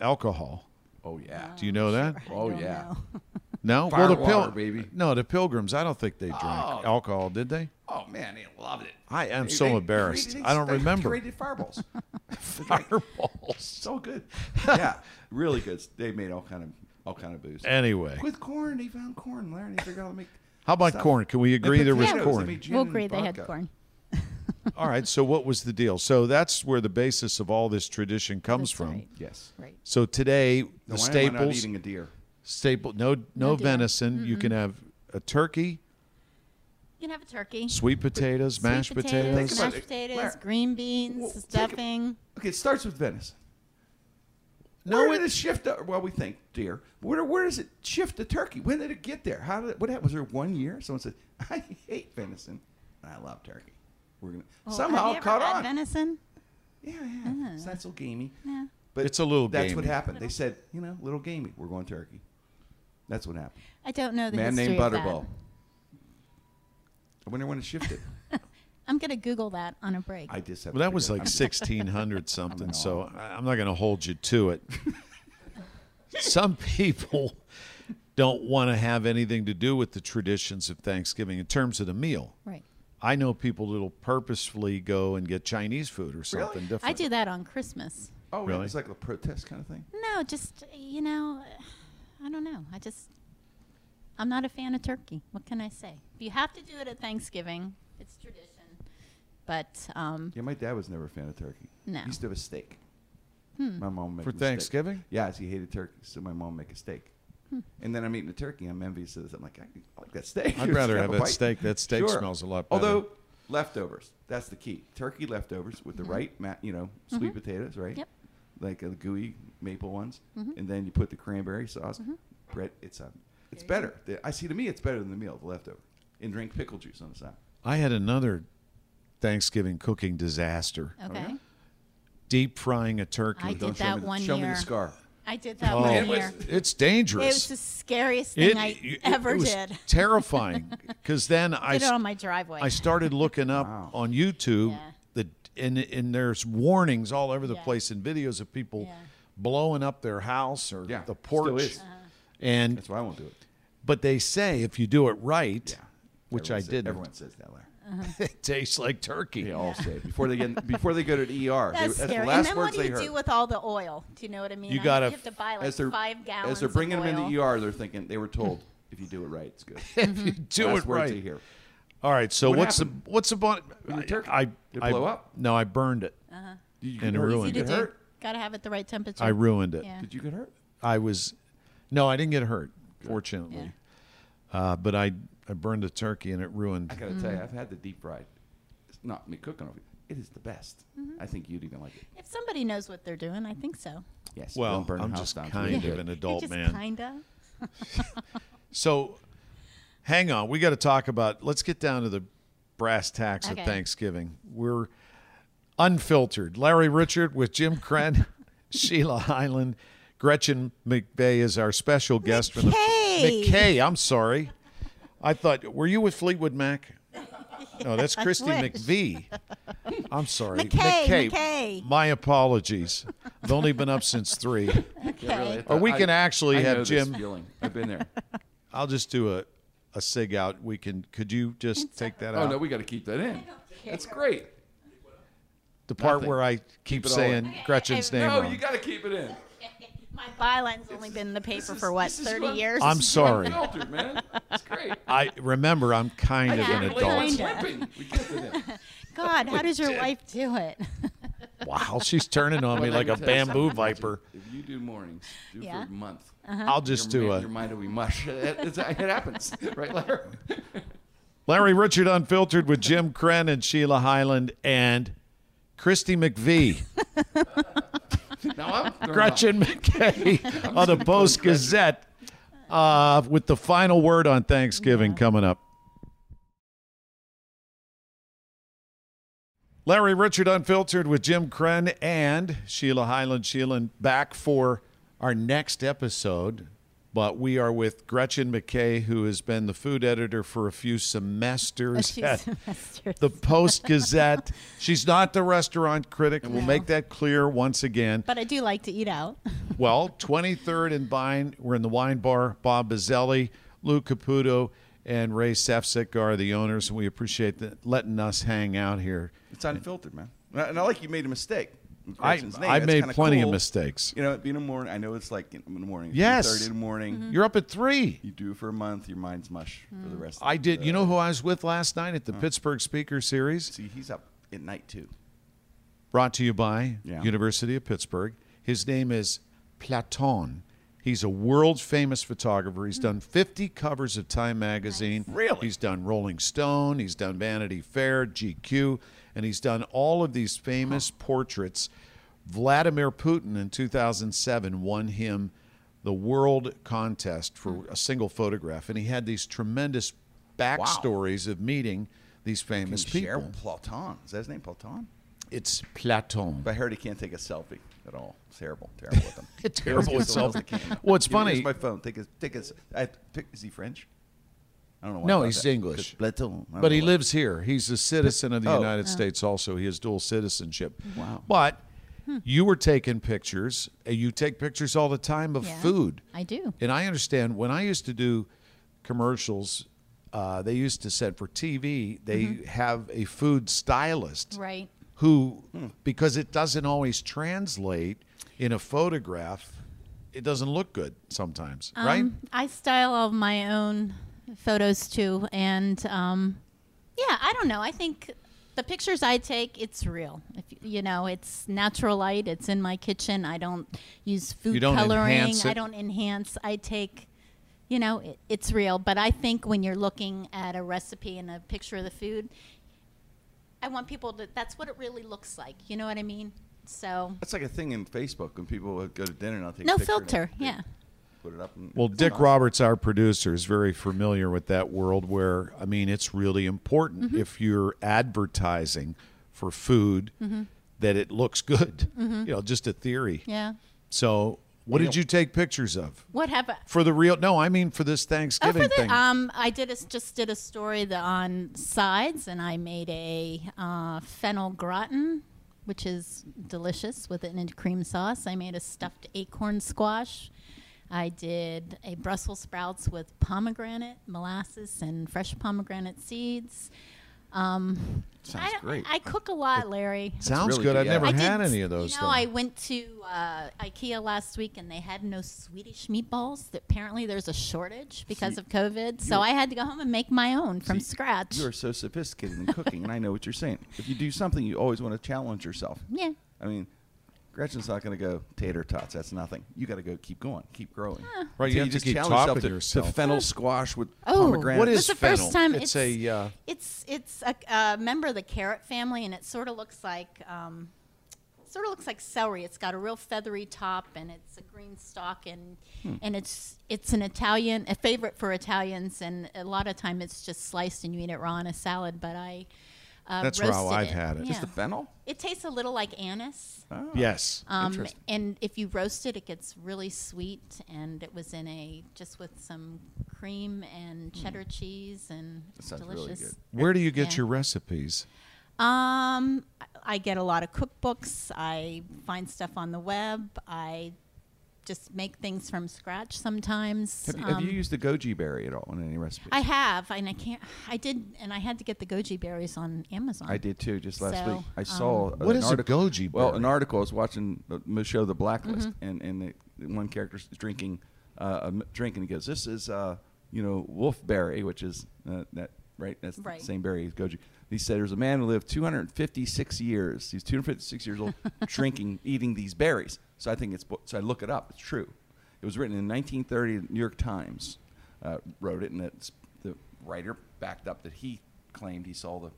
S2: alcohol?
S3: Oh yeah.
S2: Do you know that?
S3: Oh
S4: Uh, don't
S3: yeah.
S4: know.
S2: No.
S3: Fire
S2: well, the
S3: water, baby.
S2: No, the pilgrims. I don't think they drank alcohol, did they?
S3: Oh man, they loved it.
S2: I am
S3: They-
S2: so
S3: they
S2: embarrassed.
S3: created-
S2: I don't
S3: they
S2: remember.
S3: Created fireballs.
S2: Fireballs.
S3: so good. Yeah, really good. They made all kind of all kind of booze.
S2: Anyway,
S3: with corn, they found corn. Larry, they figured out how to make.
S2: how about
S3: stuff.
S2: corn? Can we
S3: And
S2: agree there was
S3: potatoes. They
S2: corn?
S3: made gin
S4: We'll
S3: and
S4: agree they had
S3: vodka.
S4: corn.
S2: All right. So what was the deal? So that's where the basis of all this tradition comes
S4: That's
S2: from.
S4: right.
S3: Yes.
S4: Right.
S2: So today,
S3: No,
S2: the
S3: why am I not
S2: staples,
S3: eating a deer.
S2: staple, no, no,
S4: dear.
S2: venison. You can have a turkey,
S4: You can have a turkey.
S2: sweet potatoes,
S4: Sweet
S2: mashed potatoes.
S3: Think about
S4: mashed
S3: it.
S4: potatoes,
S3: Where-
S4: green
S3: Well,
S4: beans,
S3: take a-
S4: stuffing.
S3: Okay, it starts with venison.
S2: No,
S3: where
S2: it-
S3: did it shift? To, well, we think deer. Where, where does it shift to turkey? When did it get there? How did it, what happened? Was there one year someone said, "I hate venison and I love turkey"? We're gonna
S4: Well,
S3: somehow
S4: Oh, have you
S3: it
S4: ever
S3: caught
S4: had
S3: on.
S4: venison?
S3: Yeah, yeah.
S4: Uh-huh.
S3: It's not so gamey.
S4: Yeah.
S3: But
S2: It's a little
S3: That's what
S2: gamey.
S3: happened. They said, you know, little gamey. We're going turkey. That's what happened.
S4: I don't know the
S3: Man
S4: history
S3: named
S4: of that.
S3: Butterball. I wonder when it shifted.
S4: I'm gonna Google that on a break.
S3: I just have
S2: Well,
S3: to
S2: that was
S3: figure
S2: like
S3: it out.
S2: 1600 something, so I- I'm not going to hold you to it. Some people don't want to have anything to do with the traditions of Thanksgiving in terms of the meal.
S4: right.
S2: I know people that'll purposefully go and get Chinese food or something different.
S4: I do that on Christmas.
S3: Oh,
S2: Really?
S3: yeah, it's like a protest kind of thing.
S4: No, just you know, I don't know. I just I'm not a fan of turkey. What can I say? If you have to do it at Thanksgiving, it's tradition. But um,
S3: Yeah, my dad was never a fan of turkey.
S4: No. Hmm.
S3: He used to have a steak. My mom would make
S2: For
S3: a mistake.
S2: Thanksgiving?
S3: Yeah, she hated turkey, so my mom would make a steak.
S4: Hmm.
S3: And then I'm eating a turkey. I'm envious of this. I'm like, I, I like that steak.
S2: I'd rather
S3: Just
S2: have
S3: a
S2: that
S3: bite.
S2: steak. That steak smells a lot better.
S3: Although leftovers, that's the key. Turkey leftovers with the right, ma- you know, sweet potatoes, right?
S4: Mm-hmm. Yep. Mm-hmm.
S3: Like uh, gooey maple ones, and then you put the cranberry sauce, bread. It's um, it's better. The- I see to me, it's better than the meal, the leftover, and drink pickle juice on the side.
S2: I had another Thanksgiving cooking disaster
S4: okay,
S2: deep frying a turkey.
S4: Oh. I did
S3: Oh, show
S4: that
S3: me the-
S4: one
S3: show me
S4: year.
S3: the scar.
S4: I did that
S2: Oh,
S4: one year.
S2: it's
S4: It was
S2: dangerous.
S4: the scariest thing I
S2: it-
S4: ever
S2: it was
S4: did.
S2: Terrifying. Because then I
S4: did it
S2: s-
S4: on my driveway.
S2: I started looking up on YouTube
S4: Yeah.
S2: the and and there's warnings all over the
S4: Yeah.
S2: place and videos of people
S4: Yeah.
S2: blowing up their house or
S3: Yeah,
S2: the
S3: still
S2: porch.
S3: is. Uh-huh.
S2: And
S3: That's why I won't do it.
S2: but they say if you do it right, which I
S3: Everyone says-
S2: didn't,
S3: Everyone says that, Larry.
S2: it tastes like turkey.
S3: They all say it. before they get before they go to the ER.
S4: That's
S3: they,
S4: scary.
S3: the last
S4: and then
S3: words
S4: what do
S3: they
S4: you
S3: heard.
S4: do with all the oil? Do you know what I mean?
S2: You
S4: I-
S2: gotta-
S4: you have to buy like
S3: as they're
S4: five gallons.
S3: as they're bringing
S4: of
S3: them in
S4: oil.
S3: the ER, they're thinking they were told if you do it right, it's good.
S2: if you do
S3: last
S2: it
S3: words
S2: right.
S3: they hear.
S2: All right. So
S3: What
S2: what's
S3: happened?
S2: the what's the bon-
S3: the turkey?
S2: I,
S3: Did it
S2: I-
S3: blow up?
S2: No, I burned it.
S4: Uh-huh.
S3: Did
S2: And
S3: get hurt?
S4: Easy
S2: ruined
S4: to
S2: it.
S4: do.
S3: hurt?
S4: Gotta have it the right temperature.
S2: I ruined it.
S4: Yeah.
S3: Did you get hurt?
S2: I was no, I didn't get hurt, fortunately. Uh, but I I burned a turkey and it ruined.
S3: I gotta tell
S4: Mm-hmm.
S3: you, I've had the deep fried. It's not me cooking over it. It is the best.
S4: Mm-hmm.
S3: I think you'd even like it.
S4: If somebody knows what they're doing, I think so.
S3: Yes.
S2: Well,
S3: don't burn the
S2: I'm
S3: house
S2: just
S3: down to
S2: kind
S3: the
S2: of an
S3: dead.
S4: They
S2: adult
S4: just
S2: man.
S4: kinda.
S2: So, hang on. We got to talk about. Let's get down to the brass tacks
S4: Okay.
S2: of Thanksgiving. We're unfiltered. Larry Richard with Jim Kren, Sheila Highland, Gretchen McVeigh is our special guest from the
S4: McKay.
S2: McKay. I'm sorry. I thought were you with Fleetwood Mac? No, that's
S4: I
S2: Christy
S4: wish.
S2: McVie. I'm sorry,
S4: McKay, McKay.
S2: My apologies. I've only been up since three.
S3: Yeah, really, I
S2: Or we
S3: thought-
S2: can actually
S3: I
S2: have
S3: know this
S2: Jim-
S3: feeling. I've been there.
S2: I'll just do a, a sig out. We can. Could you just take that
S3: Oh
S2: out?
S3: no, we got to keep that in. That's great.
S2: the part
S3: nothing.
S2: where I keep
S3: it all
S2: saying
S3: in.
S2: Gretchen's name
S3: No,
S2: wrong.
S3: you got to keep it in.
S4: My byline's only been in the paper for what,
S3: this is
S4: 30
S3: what-
S4: years?
S2: I'm sorry.
S3: Filtered, man. It's great.
S2: I remember I'm kind of an
S4: can't believe
S2: adult.
S4: it's-
S3: Slipping. We kept it in.
S4: God, how does your wife do it?
S2: Wow, she's turning on me
S3: Well,
S2: like
S3: let
S2: a
S3: me tell you
S2: bamboo
S3: something, Richard.
S2: viper.
S3: If you do mornings, do
S4: Yeah.
S3: for a month.
S2: I'll just uh,
S3: your,
S2: do
S3: ma-
S2: a
S3: Your mind will be mush. It, it's- it happens, right, Larry?
S2: Larry Richard Unfiltered with Jim Kren and Sheila Highland and Christy McVie.
S3: Now I'm
S2: Gretchen McKay on the Post Gazette uh, with the final word on Thanksgiving coming up. Larry Richard Unfiltered with Jim Crenn and Sheila Highland. Sheila back for our next episode, but we are with Gretchen McKay, who has been the food editor for a few semesters. at the Post Gazette. She's not the restaurant critic, and we'll make that clear once again.
S4: But I do like to eat out.
S2: Well, 23rd and Vine, we're in the wine bar. Bob Bazzelli, Lou Caputo, and Ray Sefcik are the owners, and we appreciate that letting us hang out here.
S3: It's unfiltered, man. And I like you made a mistake. with
S2: I-
S3: Gretchen's
S2: I
S3: That's
S2: made
S3: kinda
S2: plenty of mistakes.
S3: You know, being a morning, I know it's like in the morning.
S2: Yes.
S3: Thirty in the morning.
S2: You're up at three.
S3: You do for a month. Your mind's mush for the rest.
S2: I
S3: of
S2: did.
S3: the-
S2: You know who I was with last night at the Pittsburgh Speaker Series?
S3: See, he's up at night too.
S2: Brought to you by
S3: Yeah.
S2: University of Pittsburgh. His name is Platon. He's a world famous photographer. He's done 50 covers of Time magazine.
S3: Really?
S2: He's done Rolling Stone, he's done Vanity Fair, GQ, and he's done all of these famous portraits. Vladimir Putin in 2007 won him the world contest for
S3: Hmm.
S2: a single photograph, and he had these tremendous backstories of meeting these famous
S3: Share
S2: people.
S3: Platon. Is that his name? Platon.
S2: It's Platon.
S3: But I heard he can't take a selfie at all. It's terrible. Terrible with him.
S2: Terrible
S3: He's the one
S2: itself.
S3: that can't.
S2: Well, it's
S3: Give me-
S2: funny.
S3: here's my phone. Take his. Take his. I, pick, is he French? I don't know. Why I
S2: No,
S3: thought
S2: he's
S3: that.
S2: English.
S3: Platon. I don't
S2: But
S3: know
S2: he
S3: why.
S2: lives here. He's a citizen of the
S3: Oh.
S2: United States also. He has dual citizenship.
S3: Wow.
S2: But
S4: Hmm.
S2: you were taking pictures. Uh, You take pictures all the time of
S4: Yeah,
S2: food.
S4: I do.
S2: And I understand when I used to do commercials, uh, they used to send for TV, they have a food stylist
S4: Mm-hmm. Right.
S2: who,
S3: Hmm.
S2: because it doesn't always translate in a photograph, it doesn't look good sometimes,
S4: Um,
S2: right?
S4: I style all of my own photos too, and um, yeah, I don't know. I think the pictures I take, it's real. If you- you know, it's natural light. It's in my kitchen. I don't use food
S2: You don't
S4: coloring.
S2: enhance it.
S4: I don't enhance. I take. You know, it, it's real, but I think when you're looking at a recipe and a picture of the food, I want people to, that's what it really looks like. You know what I mean? So,
S3: That's like a thing in Facebook when people would go to dinner and I'll take a
S4: no
S3: picture and
S4: filter.
S3: they
S4: Yeah.
S3: Put it up. And
S2: Well,
S3: it's
S2: Dick
S3: not-
S2: Roberts, our producer, is very familiar with that world where, I mean, it's really important
S4: Mm-hmm.
S2: if you're advertising for food
S4: Mm-hmm.
S2: that it looks good. You know, just a theory.
S4: Yeah.
S2: So, what did you take pictures of?
S4: What have I-
S2: For the real, no, I mean for this
S4: Oh,
S2: Thanksgiving
S4: for the,
S2: thing.
S4: um, I did a, just did a story the, on sides, and I made a uh, fennel gratin, which is delicious with it in a cream sauce. I made a stuffed acorn squash. I did a Brussels sprouts with pomegranate molasses and fresh pomegranate seeds. Um,
S3: Sounds
S4: I,
S3: great.
S4: I cook a lot, Larry.
S2: Sounds
S3: really
S2: good.
S3: good,
S2: I've
S3: yeah.
S2: never
S4: I did
S2: had
S4: s-
S2: any of those.
S4: You know,
S2: though.
S4: I went to uh, IKEA last week and they had no Swedish meatballs. Apparently, there's a shortage because of COVID, so I had to go home and make my own from scratch.
S3: You are so sophisticated in cooking, and I know what you're saying. If you do something, you always want to challenge yourself.
S4: Yeah.
S3: I mean, Gretchen's not going to go tater tots. That's nothing. You got to go keep going, keep growing.
S2: Right, you
S3: Until
S2: have to
S3: just
S2: keep
S3: challenge
S2: topping
S3: to,
S2: yourself.
S3: To fennel squash with
S4: Oh,
S3: pomegranate.
S2: What is
S4: This is the
S2: fennel?
S4: first time
S2: It's,
S4: it's-
S2: a uh,
S4: It's it's a uh, member of the carrot family, and it sort of looks like um, sort of looks like celery. It's got a real feathery top, and it's a green stalk, and
S2: Hmm.
S4: and it's it's an Italian a favorite for Italians, and a lot of time it's just sliced and you eat it raw in a salad. But I uh,
S2: That's how
S4: roasted
S2: I've had it. Just
S3: The fennel?
S4: It tastes a little like anise.
S3: Oh.
S2: yes.
S4: Um,
S3: Interesting.
S4: and if you roast it, it gets really sweet. And it was in a just with some cream and cheddar cheese, and it's
S3: Hmm. sounds really
S4: delicious.
S3: good.
S2: Where do you get
S4: yeah.
S2: your recipes?
S4: Um, I- I get a lot of cookbooks. I find stuff on the web. I just make things from scratch sometimes.
S3: Have you, have
S4: Um,
S3: you used the goji berry at all in any recipe?
S4: I have, and I can't. I did, and I had to get the goji berries on Amazon.
S3: I did too, just last
S4: So, um,
S3: week. I saw
S2: What
S3: an
S2: is a
S3: article,
S2: goji
S3: Well,
S2: berry?
S3: an article. I was watching the the show The Blacklist,
S4: Mm-hmm.
S3: and and the, the one character's drinking uh, a m- drink, and he goes, "This is uh, you know wolfberry, which is uh, that right? That's
S4: Right.
S3: the same berry as goji." He said, "There's a man who lived 256 years. He's 256 years old, drinking, eating these berries." So I think it's bo- so. I look it up. It's true. It was written in 1930. The New York Times uh, wrote it, and it's, the writer backed up that he claimed he saw the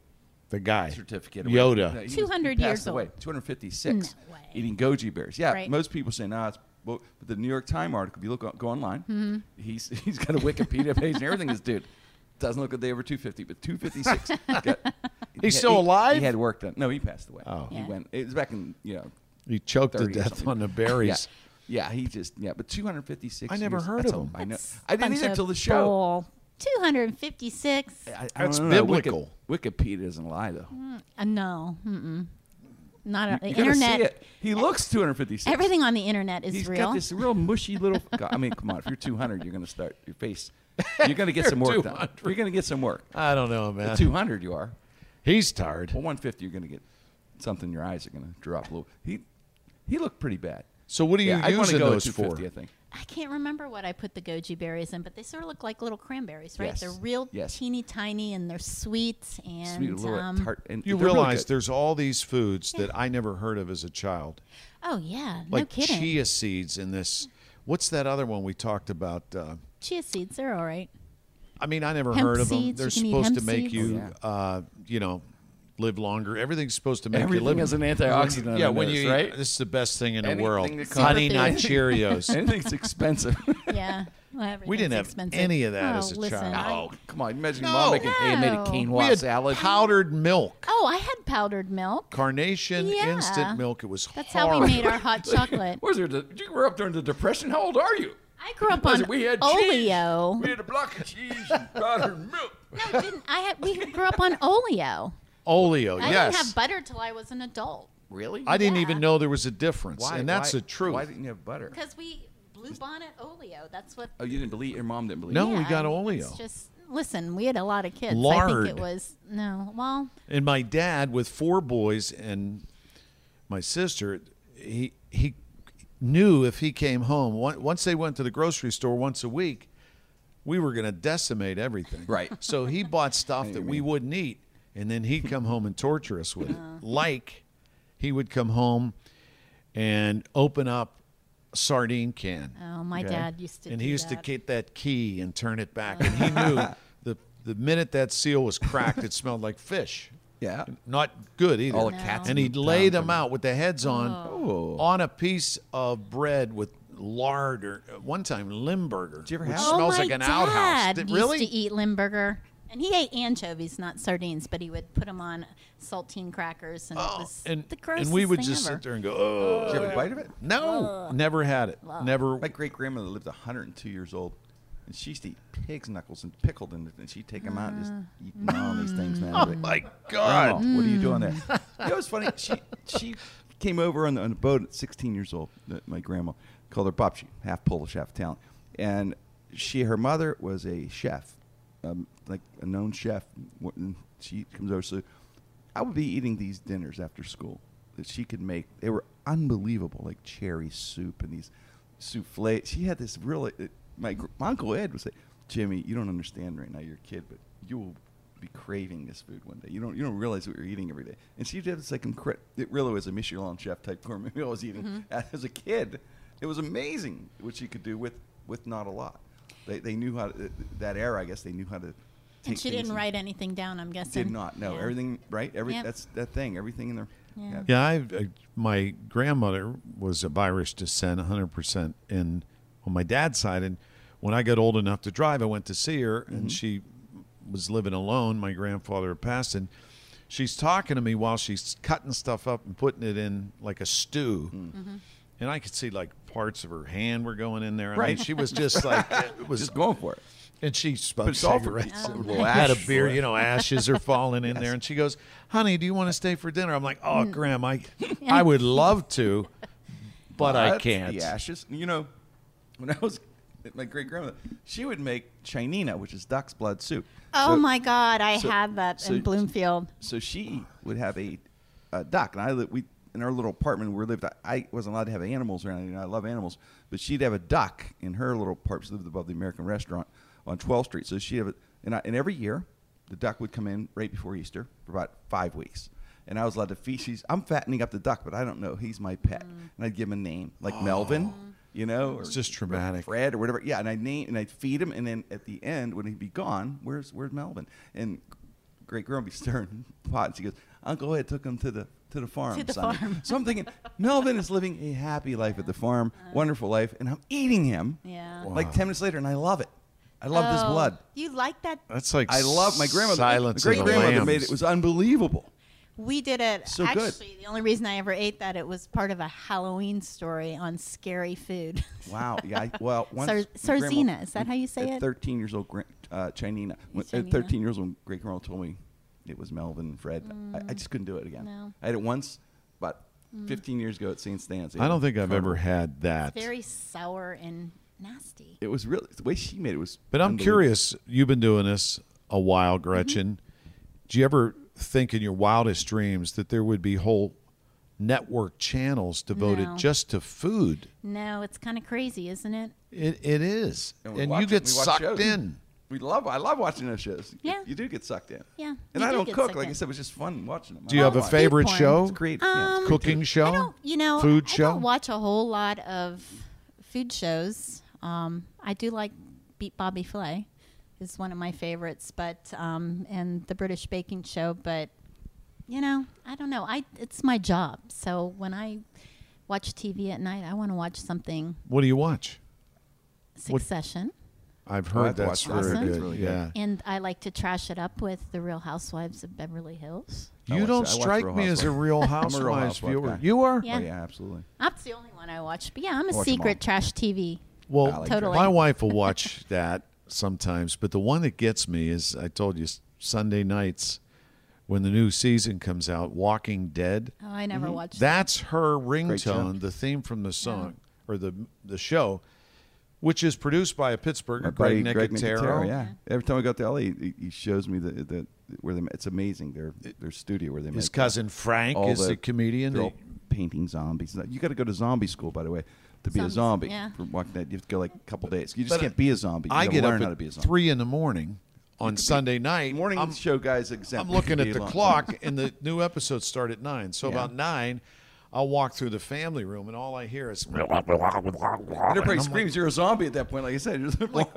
S2: the guy
S3: certificate. or whatever.
S2: Yoda.
S3: No, he was- he
S4: 200
S3: passed
S4: years
S3: away,
S4: old.
S3: 256.
S4: No way.
S3: Eating goji berries. Yeah,
S4: Right.
S3: most people say, nah, it's. Well, but the New York Times article, if you look on- go online,
S4: Mm-hmm.
S3: he's he's got a Wikipedia page and everything. This dude doesn't look a day over 250, but 256. got-
S2: He's
S3: he-
S2: still
S3: he-
S2: alive?
S3: He had work done. No, he passed away.
S2: Oh.
S3: he
S4: Yeah.
S3: went. It was back in you know.
S2: He choked to
S3: 30 or
S2: death
S3: something.
S2: on the berries.
S3: Yeah. yeah, he just yeah, but 256.
S2: I never
S3: years,
S2: heard
S3: that's
S2: of
S3: a-
S2: him.
S3: I know.
S4: That's
S3: I didn't
S4: bunch
S3: either
S4: of
S3: till the show.
S4: bull. 256.
S3: I, I
S2: That's
S3: don't know. Wiki-
S2: biblical.
S3: Wikipedia doesn't lie though.
S4: Uh, no, mm-mm. not a,
S3: You
S4: the
S3: gotta see
S4: internet. e-
S3: it. He looks 256.
S4: Everything on the internet is
S3: He's
S4: real.
S3: got this real mushy little. God, I mean, come on. If you're 200, you're gonna start your face. You're gonna get some work done.
S2: 200.
S3: You're gonna get some work.
S2: I don't know,
S3: At
S2: man.
S3: 200, you are.
S2: He's tired.
S3: Well, 150, you're gonna get something. Your eyes are gonna drop a little. He he looked pretty bad.
S2: So what are you
S3: yeah, I'd wanna
S2: using
S3: go at
S2: those for?
S3: 250, I think.
S4: I can't remember what I put the goji berries in, but they sort of look like little cranberries, right?
S3: Yes.
S4: They're real
S3: Yes.
S4: teeny tiny and they're sweet and
S3: Sweet little
S4: um,
S3: tart. And
S2: You
S3: they're really
S2: realize
S3: good.
S2: there's all these foods that I never heard of as a child,
S4: Oh yeah, no
S2: like
S4: kidding.
S2: chia seeds and this. What's that other one we talked about? Uh,
S4: Chia seeds, they're all right.
S2: I mean, I never
S4: Hemp
S2: heard of
S4: seeds,
S2: them. They're
S4: you can eat
S2: supposed to
S4: hemp
S2: make
S4: seeds.
S2: you,
S3: Oh,
S2: uh, you know, live longer. Everything's supposed to make
S3: Everything
S2: you live.
S3: has an antioxidant
S2: Yeah,
S3: in
S2: when
S3: this,
S2: you eat-
S3: right?
S2: this is the best thing in the
S3: Anything
S2: world.
S3: that comes-
S2: Honey Nut
S4: Superfood.
S2: Cheerios.
S3: Anything's expensive.
S4: Yeah. Well,
S2: We didn't
S4: everything's
S2: have
S4: expensive.
S2: any of that
S4: oh,
S2: as a
S4: listen,
S2: child.
S4: I-
S3: oh, come on. Imagine
S2: No.
S3: mom making handmade
S4: No.
S3: quinoa
S2: we had
S3: salad.
S2: powdered milk,
S4: oh, I had powdered milk.
S2: carnation
S4: Yeah.
S2: instant milk. It was
S4: That's
S2: horrible.
S4: how we made our hot chocolate.
S3: Where's there? The, you were up during the depression. How old are you?
S4: I grew up
S3: Listen,
S4: on
S3: we had
S4: Oleo.
S3: Cheese. We had a block of cheese and powdered milk.
S4: No, didn't I? Had, we grew up on Oleo.
S2: Oleo,
S4: I
S2: yes.
S4: didn't have butter till I was an adult
S3: Really?
S2: I didn't even know there was a difference, and that's
S3: why,
S2: the truth.
S3: Why didn't you have butter?
S4: because we blue bonnet Oleo. That's what.
S3: Oh, you didn't believe your mom didn't believe.
S2: No.
S3: you.
S2: Oh, we got
S4: I-
S2: Oleo.
S4: It's just listen, we had a lot of kids. I
S2: Lard.
S4: think it was no. Well,
S2: and my dad, with four boys and my sister, he he knew if he came home on- once they went to the grocery store once a week, we were going to decimate everything.
S3: Right.
S2: So he bought stuff that we wouldn't eat, and then he'd come home and torture us with it.
S3: Uh-huh.
S2: Like he would come home and open up a sardine can.
S4: oh, my dad used to.
S2: and
S4: do
S2: he used
S4: that. Uh-huh.
S2: to get that key and turn it back and he knew the the minute that seal was cracked it smelled like fish
S3: Yeah.
S2: not good either
S3: All the No. cats
S2: and
S3: in
S2: he'd
S3: the
S2: lay
S3: town
S2: them out with the heads on
S3: Oh.
S2: on a piece of bread with lard or uh, one time limburger
S3: you ever
S2: which
S3: have
S4: Oh,
S2: smells
S4: my
S2: like an
S4: dad
S2: outhouse Did-
S4: used
S2: really
S4: to eat Limburger, and he ate anchovies, not sardines, but he would put them on saltine crackers, and it was
S2: Oh, and,
S4: the grossest
S2: and we would
S4: thing
S2: just
S4: ever.
S2: sit there and go oh
S3: Did you have a bite of it?
S2: no never had it never
S3: My great grandmother lived 102 years old, and she used to eat pig's knuckles and pickled, and, and she'd take them out and just eat all these things, man. But-
S2: Oh my
S3: Grandma,
S2: god
S3: what are you doing there? you know what's funny? She she came over on the, on the boat at 16 years old. that My grandma called her Bob. She half Polish, half Italian, and she her mother was a chef, um, like a known chef. Wh- and She comes over, so I would be eating these dinners after school that she could make. They were unbelievable, like cherry soup and these souffle. She had this really. It, my, gr- my uncle Ed would say, "Jimmy, you don't understand right now. You're a kid, but you will be craving this food one day. You don't you don't realize what you're eating every day." And she did this like incre- It really was a Michelin chef type gourmet meal I was eating
S4: Mm-hmm.
S3: as a kid. It was amazing what she could do with with not a lot. They they knew how to, that era. I guess they knew how to.
S4: and
S3: take
S4: she
S3: things
S4: didn't write anything down. I'm guessing.
S3: Did not. No,
S4: Yeah.
S3: everything right. Every
S4: Yep.
S3: that's that thing. Everything in their.
S4: Yeah.
S2: Yeah, I, I my grandmother was of Irish descent, 100%, and on my dad's side. And when I got old enough to drive, I went to see her,
S3: Mm-hmm.
S2: and she was living alone. My grandfather had passed, and she's talking to me while she's cutting stuff up and putting it in like a stew.
S3: Mm.
S2: And I could see like parts of her hand were going in there. I mean,
S3: Right.
S2: she was just like, it was
S3: Just going for it.
S2: and she
S3: But
S2: smoked
S3: it's all for-
S2: cigarettes.
S3: it's a
S4: Oh,
S2: and
S3: little
S2: had a
S3: ash
S2: beer,
S3: for it.
S2: you know, ashes are falling in there. And she goes, "Honey, do you want to stay for dinner?" I'm like, "Oh,
S4: Mm.
S2: Graham, I, I would love to, but I
S3: But
S2: can't."
S3: The ashes. You know, when I was at my great grandmother, she would make chinina, which is duck's blood soup.
S4: Oh
S3: So-
S4: my God! I
S3: so-
S4: had that
S3: so-
S4: in Bloomfield.
S3: So she would have a, a duck, and I li- we in our little apartment where we lived. I, I wasn't allowed to have animals around. You know, I love animals, but she'd have a duck in her little apartment. She lived above the American restaurant on 12th Street. So she'd have it, and, I, and every year the duck would come in right before Easter for about five weeks. And I was allowed to feed. She's, I'm fattening up the duck, but I don't know. He's my pet, and I'd give him a name like Melvin, you know, or
S2: It's just traumatic.
S3: Fred or whatever. Yeah, and I'd name and I'd feed him, and then at the end when he'd be gone, where's where's Melvin? And great grandma stirring pots. She goes, Uncle Ed took him to the to the farm.
S4: To the
S3: Sonny."
S4: farm. Uh-huh.
S3: So I'm thinking, Melvin is living a happy life at the farm, wonderful life, and I'm eating him.
S4: Yeah.
S3: Like ten minutes later, and I love it. I love this
S4: Oh,
S3: blood.
S4: You like that?
S2: That's like
S3: I love my grandmother.
S2: Silence
S3: my great
S2: of the
S3: grandmother
S2: lambs.
S3: made it. It was unbelievable.
S4: We did it.
S3: So good.
S4: actually, the only reason I ever ate that it was part of a Halloween story on scary food.
S3: Wow. Yeah. I, well, once
S4: Sar-
S3: my grandma-
S4: Sarzina, is that how you say
S3: at
S4: it?
S3: 13 years old, gran- uh, Chinina. When, At
S4: Chinina.
S3: 13 years old, when great grandma told me it was Melvin and Fred, I, I just couldn't do it again.
S4: Mm. no. Mm.
S3: I had it once, about 15 years ago at St. Stan's.
S2: I don't think I've ever had that.
S4: Very sour and nasty.
S3: It was really the way she made it was.
S2: But I'm
S3: unbelievable.
S2: curious. You've been doing this a while,
S4: Mm-hmm.
S2: Gretchen. Do you ever think in your wildest dreams that there would be whole network channels devoted
S4: No.
S2: just to food?
S4: No, it's kind of crazy, isn't it?
S2: It, it is,
S3: And
S2: and,
S3: we
S2: you
S3: watch-
S2: get
S3: we watch
S2: sucked
S3: shows.
S2: in.
S3: We love. I love watching those shows. You-
S4: Yeah.
S3: You, do get sucked in.
S4: Yeah,
S3: And
S4: you
S3: I
S4: do
S3: don't
S4: get
S3: cook.
S4: sucked
S3: Like I
S4: in.
S3: said, it was just fun watching them.
S2: Do you have a
S4: food
S2: favorite
S4: porn.
S2: show?
S3: It's great. yeah, it's
S4: Um,
S3: great too.
S2: Oh, Cooking show?
S4: I don't, you know,
S2: Oh. Food
S4: I,
S2: show?
S4: I don't watch a whole lot of food shows. Um, I do like Beat Bobby Flay is one of my favorites, but um, and the British Baking Show. But you know, I don't know. I it's my job, so when I watch TV at night, I want to watch something
S2: What do you watch?
S4: Succession,
S2: I've
S3: Oh, I've
S2: heard that's
S3: watched that.
S2: very
S4: Awesome.
S2: good.
S4: It's
S3: really good.
S2: yeah.
S4: and I like to trash it up with the Real Housewives of Beverly Hills.
S2: You
S3: I watch- I
S2: don't
S3: watch
S2: strike
S3: Real
S2: me as a
S3: Housewives.
S2: real
S3: I'm a Real
S2: Housewives
S3: Housewife
S2: viewer.
S3: guy.
S2: You are.
S4: Yeah.
S3: Oh yeah, absolutely.
S4: That's the only one I watch. But yeah, I'm
S3: watch
S4: a
S3: 'em all.
S4: secret trash TV.
S2: Well,
S3: I like
S4: Totally.
S2: my wife will watch that sometimes, but the one that gets me is I told you Sunday nights when the new season comes out, Walking Dead.
S4: Oh, I
S3: Mm-hmm.
S4: never watched that.
S2: That's her
S3: show.
S2: ringtone, the theme from the song or the the show, which is produced by a Pittsburgher,
S3: My
S2: Greg
S3: buddy
S2: Nicotero.
S3: yeah. Every time I go to LA, he, he shows me the, the where they. It's amazing their their studio where they.
S2: His
S3: make uh,
S2: cousin Frank
S3: all
S2: is the, comedian.
S3: they're
S2: that-
S3: all painting zombies. You got to go to zombie school, by the way, to be a
S4: Zombies,
S3: zombie.
S4: yeah.
S3: For walking that, you have to go like a couple days. You just
S2: But
S3: can't be a zombie. You
S2: I
S3: gotta
S2: get
S3: learn
S2: up
S3: how
S2: at
S3: to be a zombie.
S2: three in the morning on Sunday night.
S3: morning
S2: I'm-
S3: show guys. Exempt.
S2: I'm looking
S3: from
S2: at the
S3: being long-
S2: clock, and the new episodes start at nine. So
S3: Yeah.
S2: about nine, I'll walk through the family room, and all I hear is,
S3: And Everybody screams, "You're a zombie!" At that point, like I said, you're just like,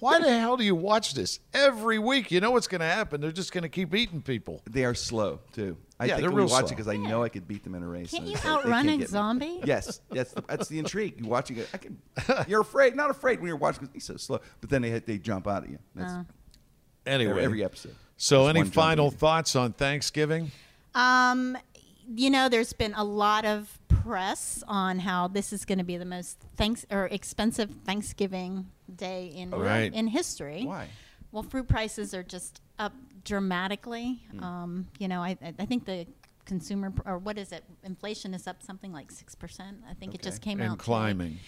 S2: "Why the hell do you watch this every week? You know what's going to happen. They're just going to keep eating people."
S3: they are slow too. I
S2: Yeah,
S3: think
S2: they're
S3: we
S2: real
S3: watch it
S2: slow.
S3: because I know I could beat them in a race.
S4: Can't
S3: and
S4: you
S3: it's like, they
S4: outrun a
S3: can't get me.
S4: zombie?
S3: Yes, that's the, that's the intrigue. You watching it, I can. You're afraid, not afraid when you're watching. 'cause He's so slow, but then they hit- they jump out at you. That's
S4: Oh.
S2: Anyway,
S3: every, every episode.
S2: So,
S3: There's
S2: any
S3: one zombie.
S2: final thoughts on Thanksgiving?
S4: Um, you know, there's been a lot of press on how this is going to be the most thanks or expensive Thanksgiving day in
S2: Right.
S4: in history.
S3: Why?
S4: Well, fruit prices are just up dramatically.
S3: Hmm.
S4: Um, you know, I, I- I think the consumer pr- or what is it? Inflation is up something like six percent. I think it just came out
S2: And
S4: today.
S2: climbing.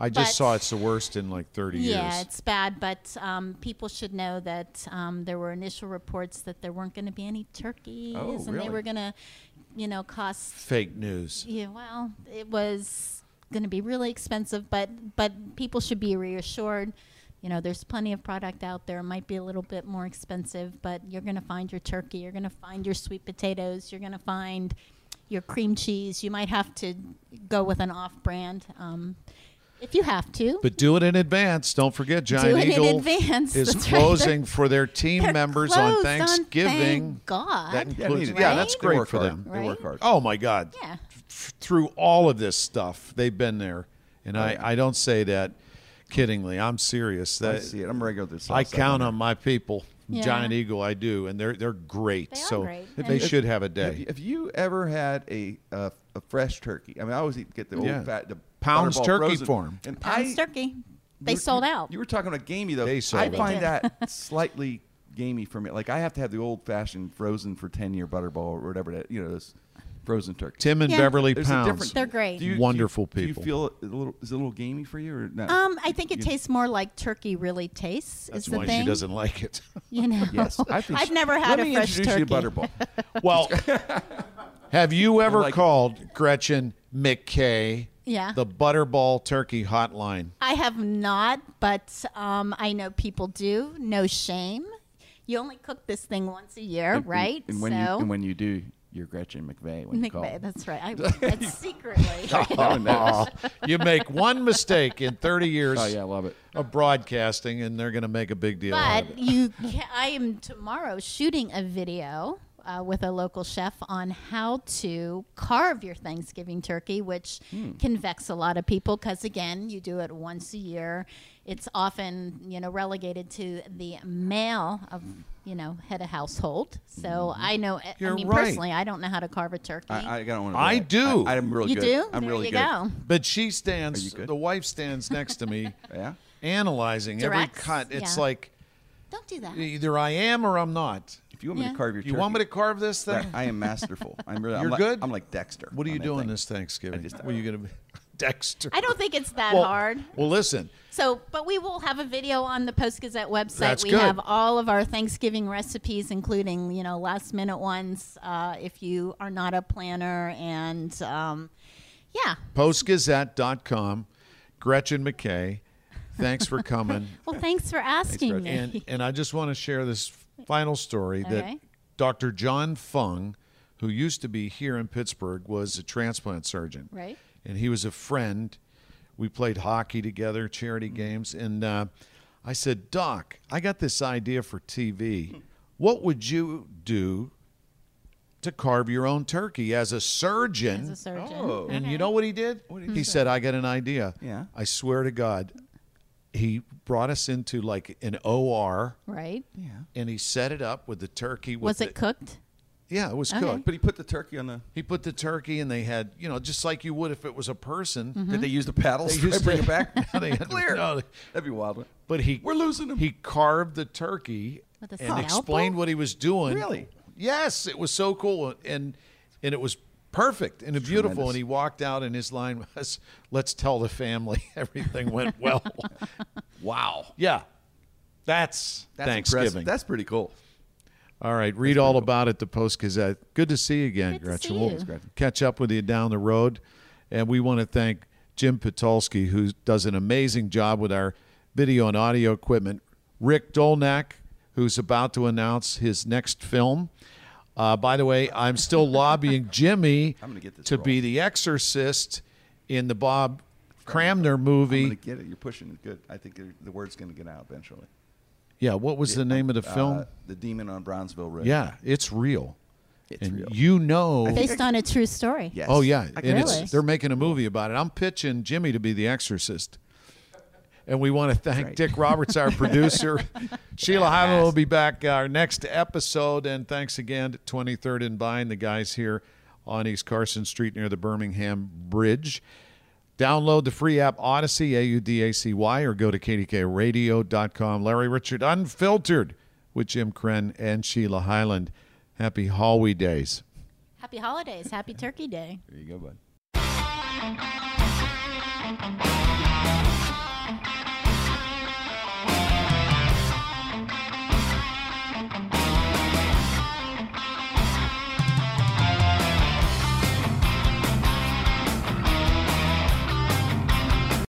S2: I just
S4: But-
S2: saw it's the worst in like 30
S4: Yeah,
S2: years.
S4: it's bad, but um, people should know that um, there were initial reports that there weren't going to be any turkeys,
S3: Oh,
S4: and
S3: really?
S4: they were going to, you know, cost
S2: Fake news.
S4: yeah, well, it was going to be really expensive, but but people should be reassured. You know, there's plenty of product out there. It might be a little bit more expensive, but you're going to find your turkey, you're going to find your sweet potatoes, you're going to find your cream cheese. You might have to go with an off-brand um, if you have to.
S2: But do it in advance. Don't forget, Giant
S4: it in
S2: Eagle
S4: advance.
S2: is
S4: That's right.
S2: closing for their team
S4: They're
S2: members on
S4: closed
S2: Thanksgiving.
S4: thank God.
S2: That
S3: Yeah,
S2: includes,
S3: needed.
S2: yeah
S3: Right?
S2: that's
S3: They
S2: great
S3: work
S2: for
S3: hard.
S2: them.
S3: They work
S4: Right?
S3: hard.
S2: Oh my God!
S4: Yeah.
S2: F- through all of this stuff, they've been there,
S3: Oh,
S2: and I, I don't say that kiddingly. I'm serious.
S3: I
S2: That
S3: see it. I'm regular. to
S2: I
S3: South Side
S2: count
S3: Monday.
S2: on my people,
S4: Yeah.
S2: Giant Eagle. I do, and they're they're great.
S4: They are
S2: so
S4: great.
S2: they
S4: And-
S2: should have a day.
S3: Have you, have you ever had a uh, a fresh turkey? I mean, I always eat, get the old
S2: Yeah.
S3: fat, the
S2: Pounds
S3: Butterball
S2: turkey
S3: frozen.
S2: for 'em.
S3: And
S4: Pound's
S3: I-
S4: turkey. They
S3: you were-
S4: sold
S3: you-
S4: out.
S3: You were talking about gamey though.
S2: They
S3: I
S2: sold
S3: find
S4: out.
S3: that slightly gamey for me. Like I have to have the old fashioned frozen for ten year butterball or whatever that you know this frozen turkey.
S2: Tim and
S4: Yeah.
S2: Beverly
S3: There's a
S2: Pounds.
S3: difference.
S4: They're great.
S3: Do you- do you-
S2: Wonderful
S3: do
S2: people.
S3: you feel it a little is it a little gamey for you or not?
S4: um, I think it
S3: You-
S4: tastes more like turkey really tastes.
S2: That's
S4: is the
S2: why
S4: thing.
S2: she doesn't like it.
S4: You know,
S3: Yes, I think
S4: I've
S3: so.
S4: never
S3: Let
S4: had
S3: me
S4: a fresh
S3: introduce
S4: turkey.
S3: you to butterball.
S2: Well, have you ever
S3: like-
S2: called Gretchen McKay?
S4: Yeah.
S2: The Butterball Turkey Hotline.
S4: I have not, but um, I know people do. No shame. You only cook this thing once a year,
S3: And-
S4: right?
S3: And, when
S4: so
S3: you and when you do, you're Gretchen McVeigh when you call.
S4: McVeigh, that's right. I, that's secretly.
S3: Oh, no.
S2: you make one mistake in 30 years
S3: oh yeah, I love it.
S2: of broadcasting, and they're going to make a big deal out of
S4: But
S2: it.
S4: you, ca I am tomorrow shooting a video uh, with a local chef on how to carve your Thanksgiving turkey, which
S3: Hmm.
S4: can vex a lot of people because again, you do it once a year. It's often you know relegated to the male of you know head of household. So I know. I-
S2: You're
S4: I mean,
S2: right.
S4: personally, I don't know how to carve a turkey.
S3: Mm-hmm. I, I don't want to.
S2: I do.
S3: I, am really
S4: you
S3: good.
S4: do?
S3: I'm
S4: there
S3: really
S4: you
S3: good.
S4: go.
S2: But she
S3: you
S2: stands,
S3: good?
S2: the wife stands next to me,
S3: Yeah.
S2: analyzing
S4: Directs,
S2: every cut. It's
S4: yeah.
S2: like
S4: Don't do that.
S2: either I am or I'm not.
S3: If you want me
S4: Yeah.
S3: to carve your
S2: You want me to
S3: turkey-
S2: carve this thing?
S3: Right, I am masterful. I'm really.
S2: You're
S3: I'm like,
S2: good?
S3: I'm like Dexter.
S2: What are
S3: on
S2: you
S3: that
S2: doing
S3: thing.
S2: this Thanksgiving?
S3: just-
S2: Were you going to be Dexter?
S4: I don't think it's that
S2: well,
S4: hard.
S2: Well, listen,
S4: So, but we will have a video on the Post Gazette website.
S2: That's
S4: we
S2: good.
S4: have all of our Thanksgiving recipes, including you know last minute ones. Uh, if you are not a planner, and um, yeah,
S2: postgazette.com, Gretchen McKay, thanks for coming.
S4: well, thanks for asking me.
S2: and and I just want to share this final story that
S4: Okay.
S2: Dr. John Fung, who used to be here in Pittsburgh, was a transplant surgeon.
S4: Right.
S2: And he was a friend. We played hockey together, charity
S4: Mm-hmm.
S2: games, and uh, I said, Doc, I got this idea for TV. What would you do to carve your own turkey as a surgeon?
S4: As a surgeon,
S3: Oh.
S2: And you know what he did? he said, I got an idea.
S3: Yeah.
S2: I swear to God, he brought us into like an OR
S4: right?
S2: and he set it up with the turkey. With
S4: Was
S2: the,
S4: it cooked?
S2: Yeah, it was
S4: Okay.
S2: cooked.
S3: But he put the turkey on the.
S2: He put the turkey and they had, you know, just like you would if it was a person.
S4: Mm-hmm.
S3: Did they use the paddles?
S2: They
S3: Did I
S2: used
S3: bring
S2: to-
S3: it back.
S2: No, they had-
S3: Clear.
S2: no, they-
S3: That'd be wild.
S2: But he
S3: We're losing him.
S2: He carved the turkey
S4: With a
S2: and
S4: scalpel?
S2: explained what he was doing.
S3: Really?
S2: Yes, it was so cool and and it was perfect and beautiful. And he walked out and his line was, "Let's tell the family everything went well."
S3: Wow.
S2: yeah, that's,
S3: That's
S2: Thanksgiving.
S3: impressive. That's pretty cool.
S2: All right, read all about it, the Post Gazette. Good to see you again,
S4: Good to
S2: Gretchen.
S4: see
S2: we'll
S4: you. Thanks, Gretchen.
S2: catch up with you down the road. And we want to thank Jim Patulski, who does an amazing job with our video and audio equipment, Rick Dolnak, who's about to announce his next film. Uh, by the way, I'm still lobbying Jimmy
S3: I'm gonna get this
S2: to
S3: role.
S2: be the exorcist in the Bob Cramner movie.
S3: I'm gonna get it. You're pushing it. Good. I think the word's gonna get out eventually.
S2: yeah, what was the name of the film?
S3: Uh, the demon on Brownsville Road.
S2: yeah, it's real.
S3: It's
S2: and
S3: real.
S2: you know
S4: Based on a true story.
S3: Yes.
S2: Oh yeah,
S3: I
S2: and
S3: can
S2: it's,
S4: Really?
S2: they're making a movie about it. I'm pitching Jimmy to be the Exorcist, and we want to thank
S3: Right.
S2: Dick Roberts, our producer. Sheila Hyman will be back uh, our next episode, and thanks again to 23rd and Vine, the guys here on East Carson Street near the Birmingham Bridge. Download the free app Odyssey, A U D A C Y, or go to kdkradio.com. Larry Richard Unfiltered with Jim Kren and Sheila Highland. Happy Hallway Days.
S4: Happy holidays. Happy Turkey Day.
S3: There you go, bud.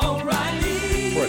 S5: O'Reilly.
S3: For a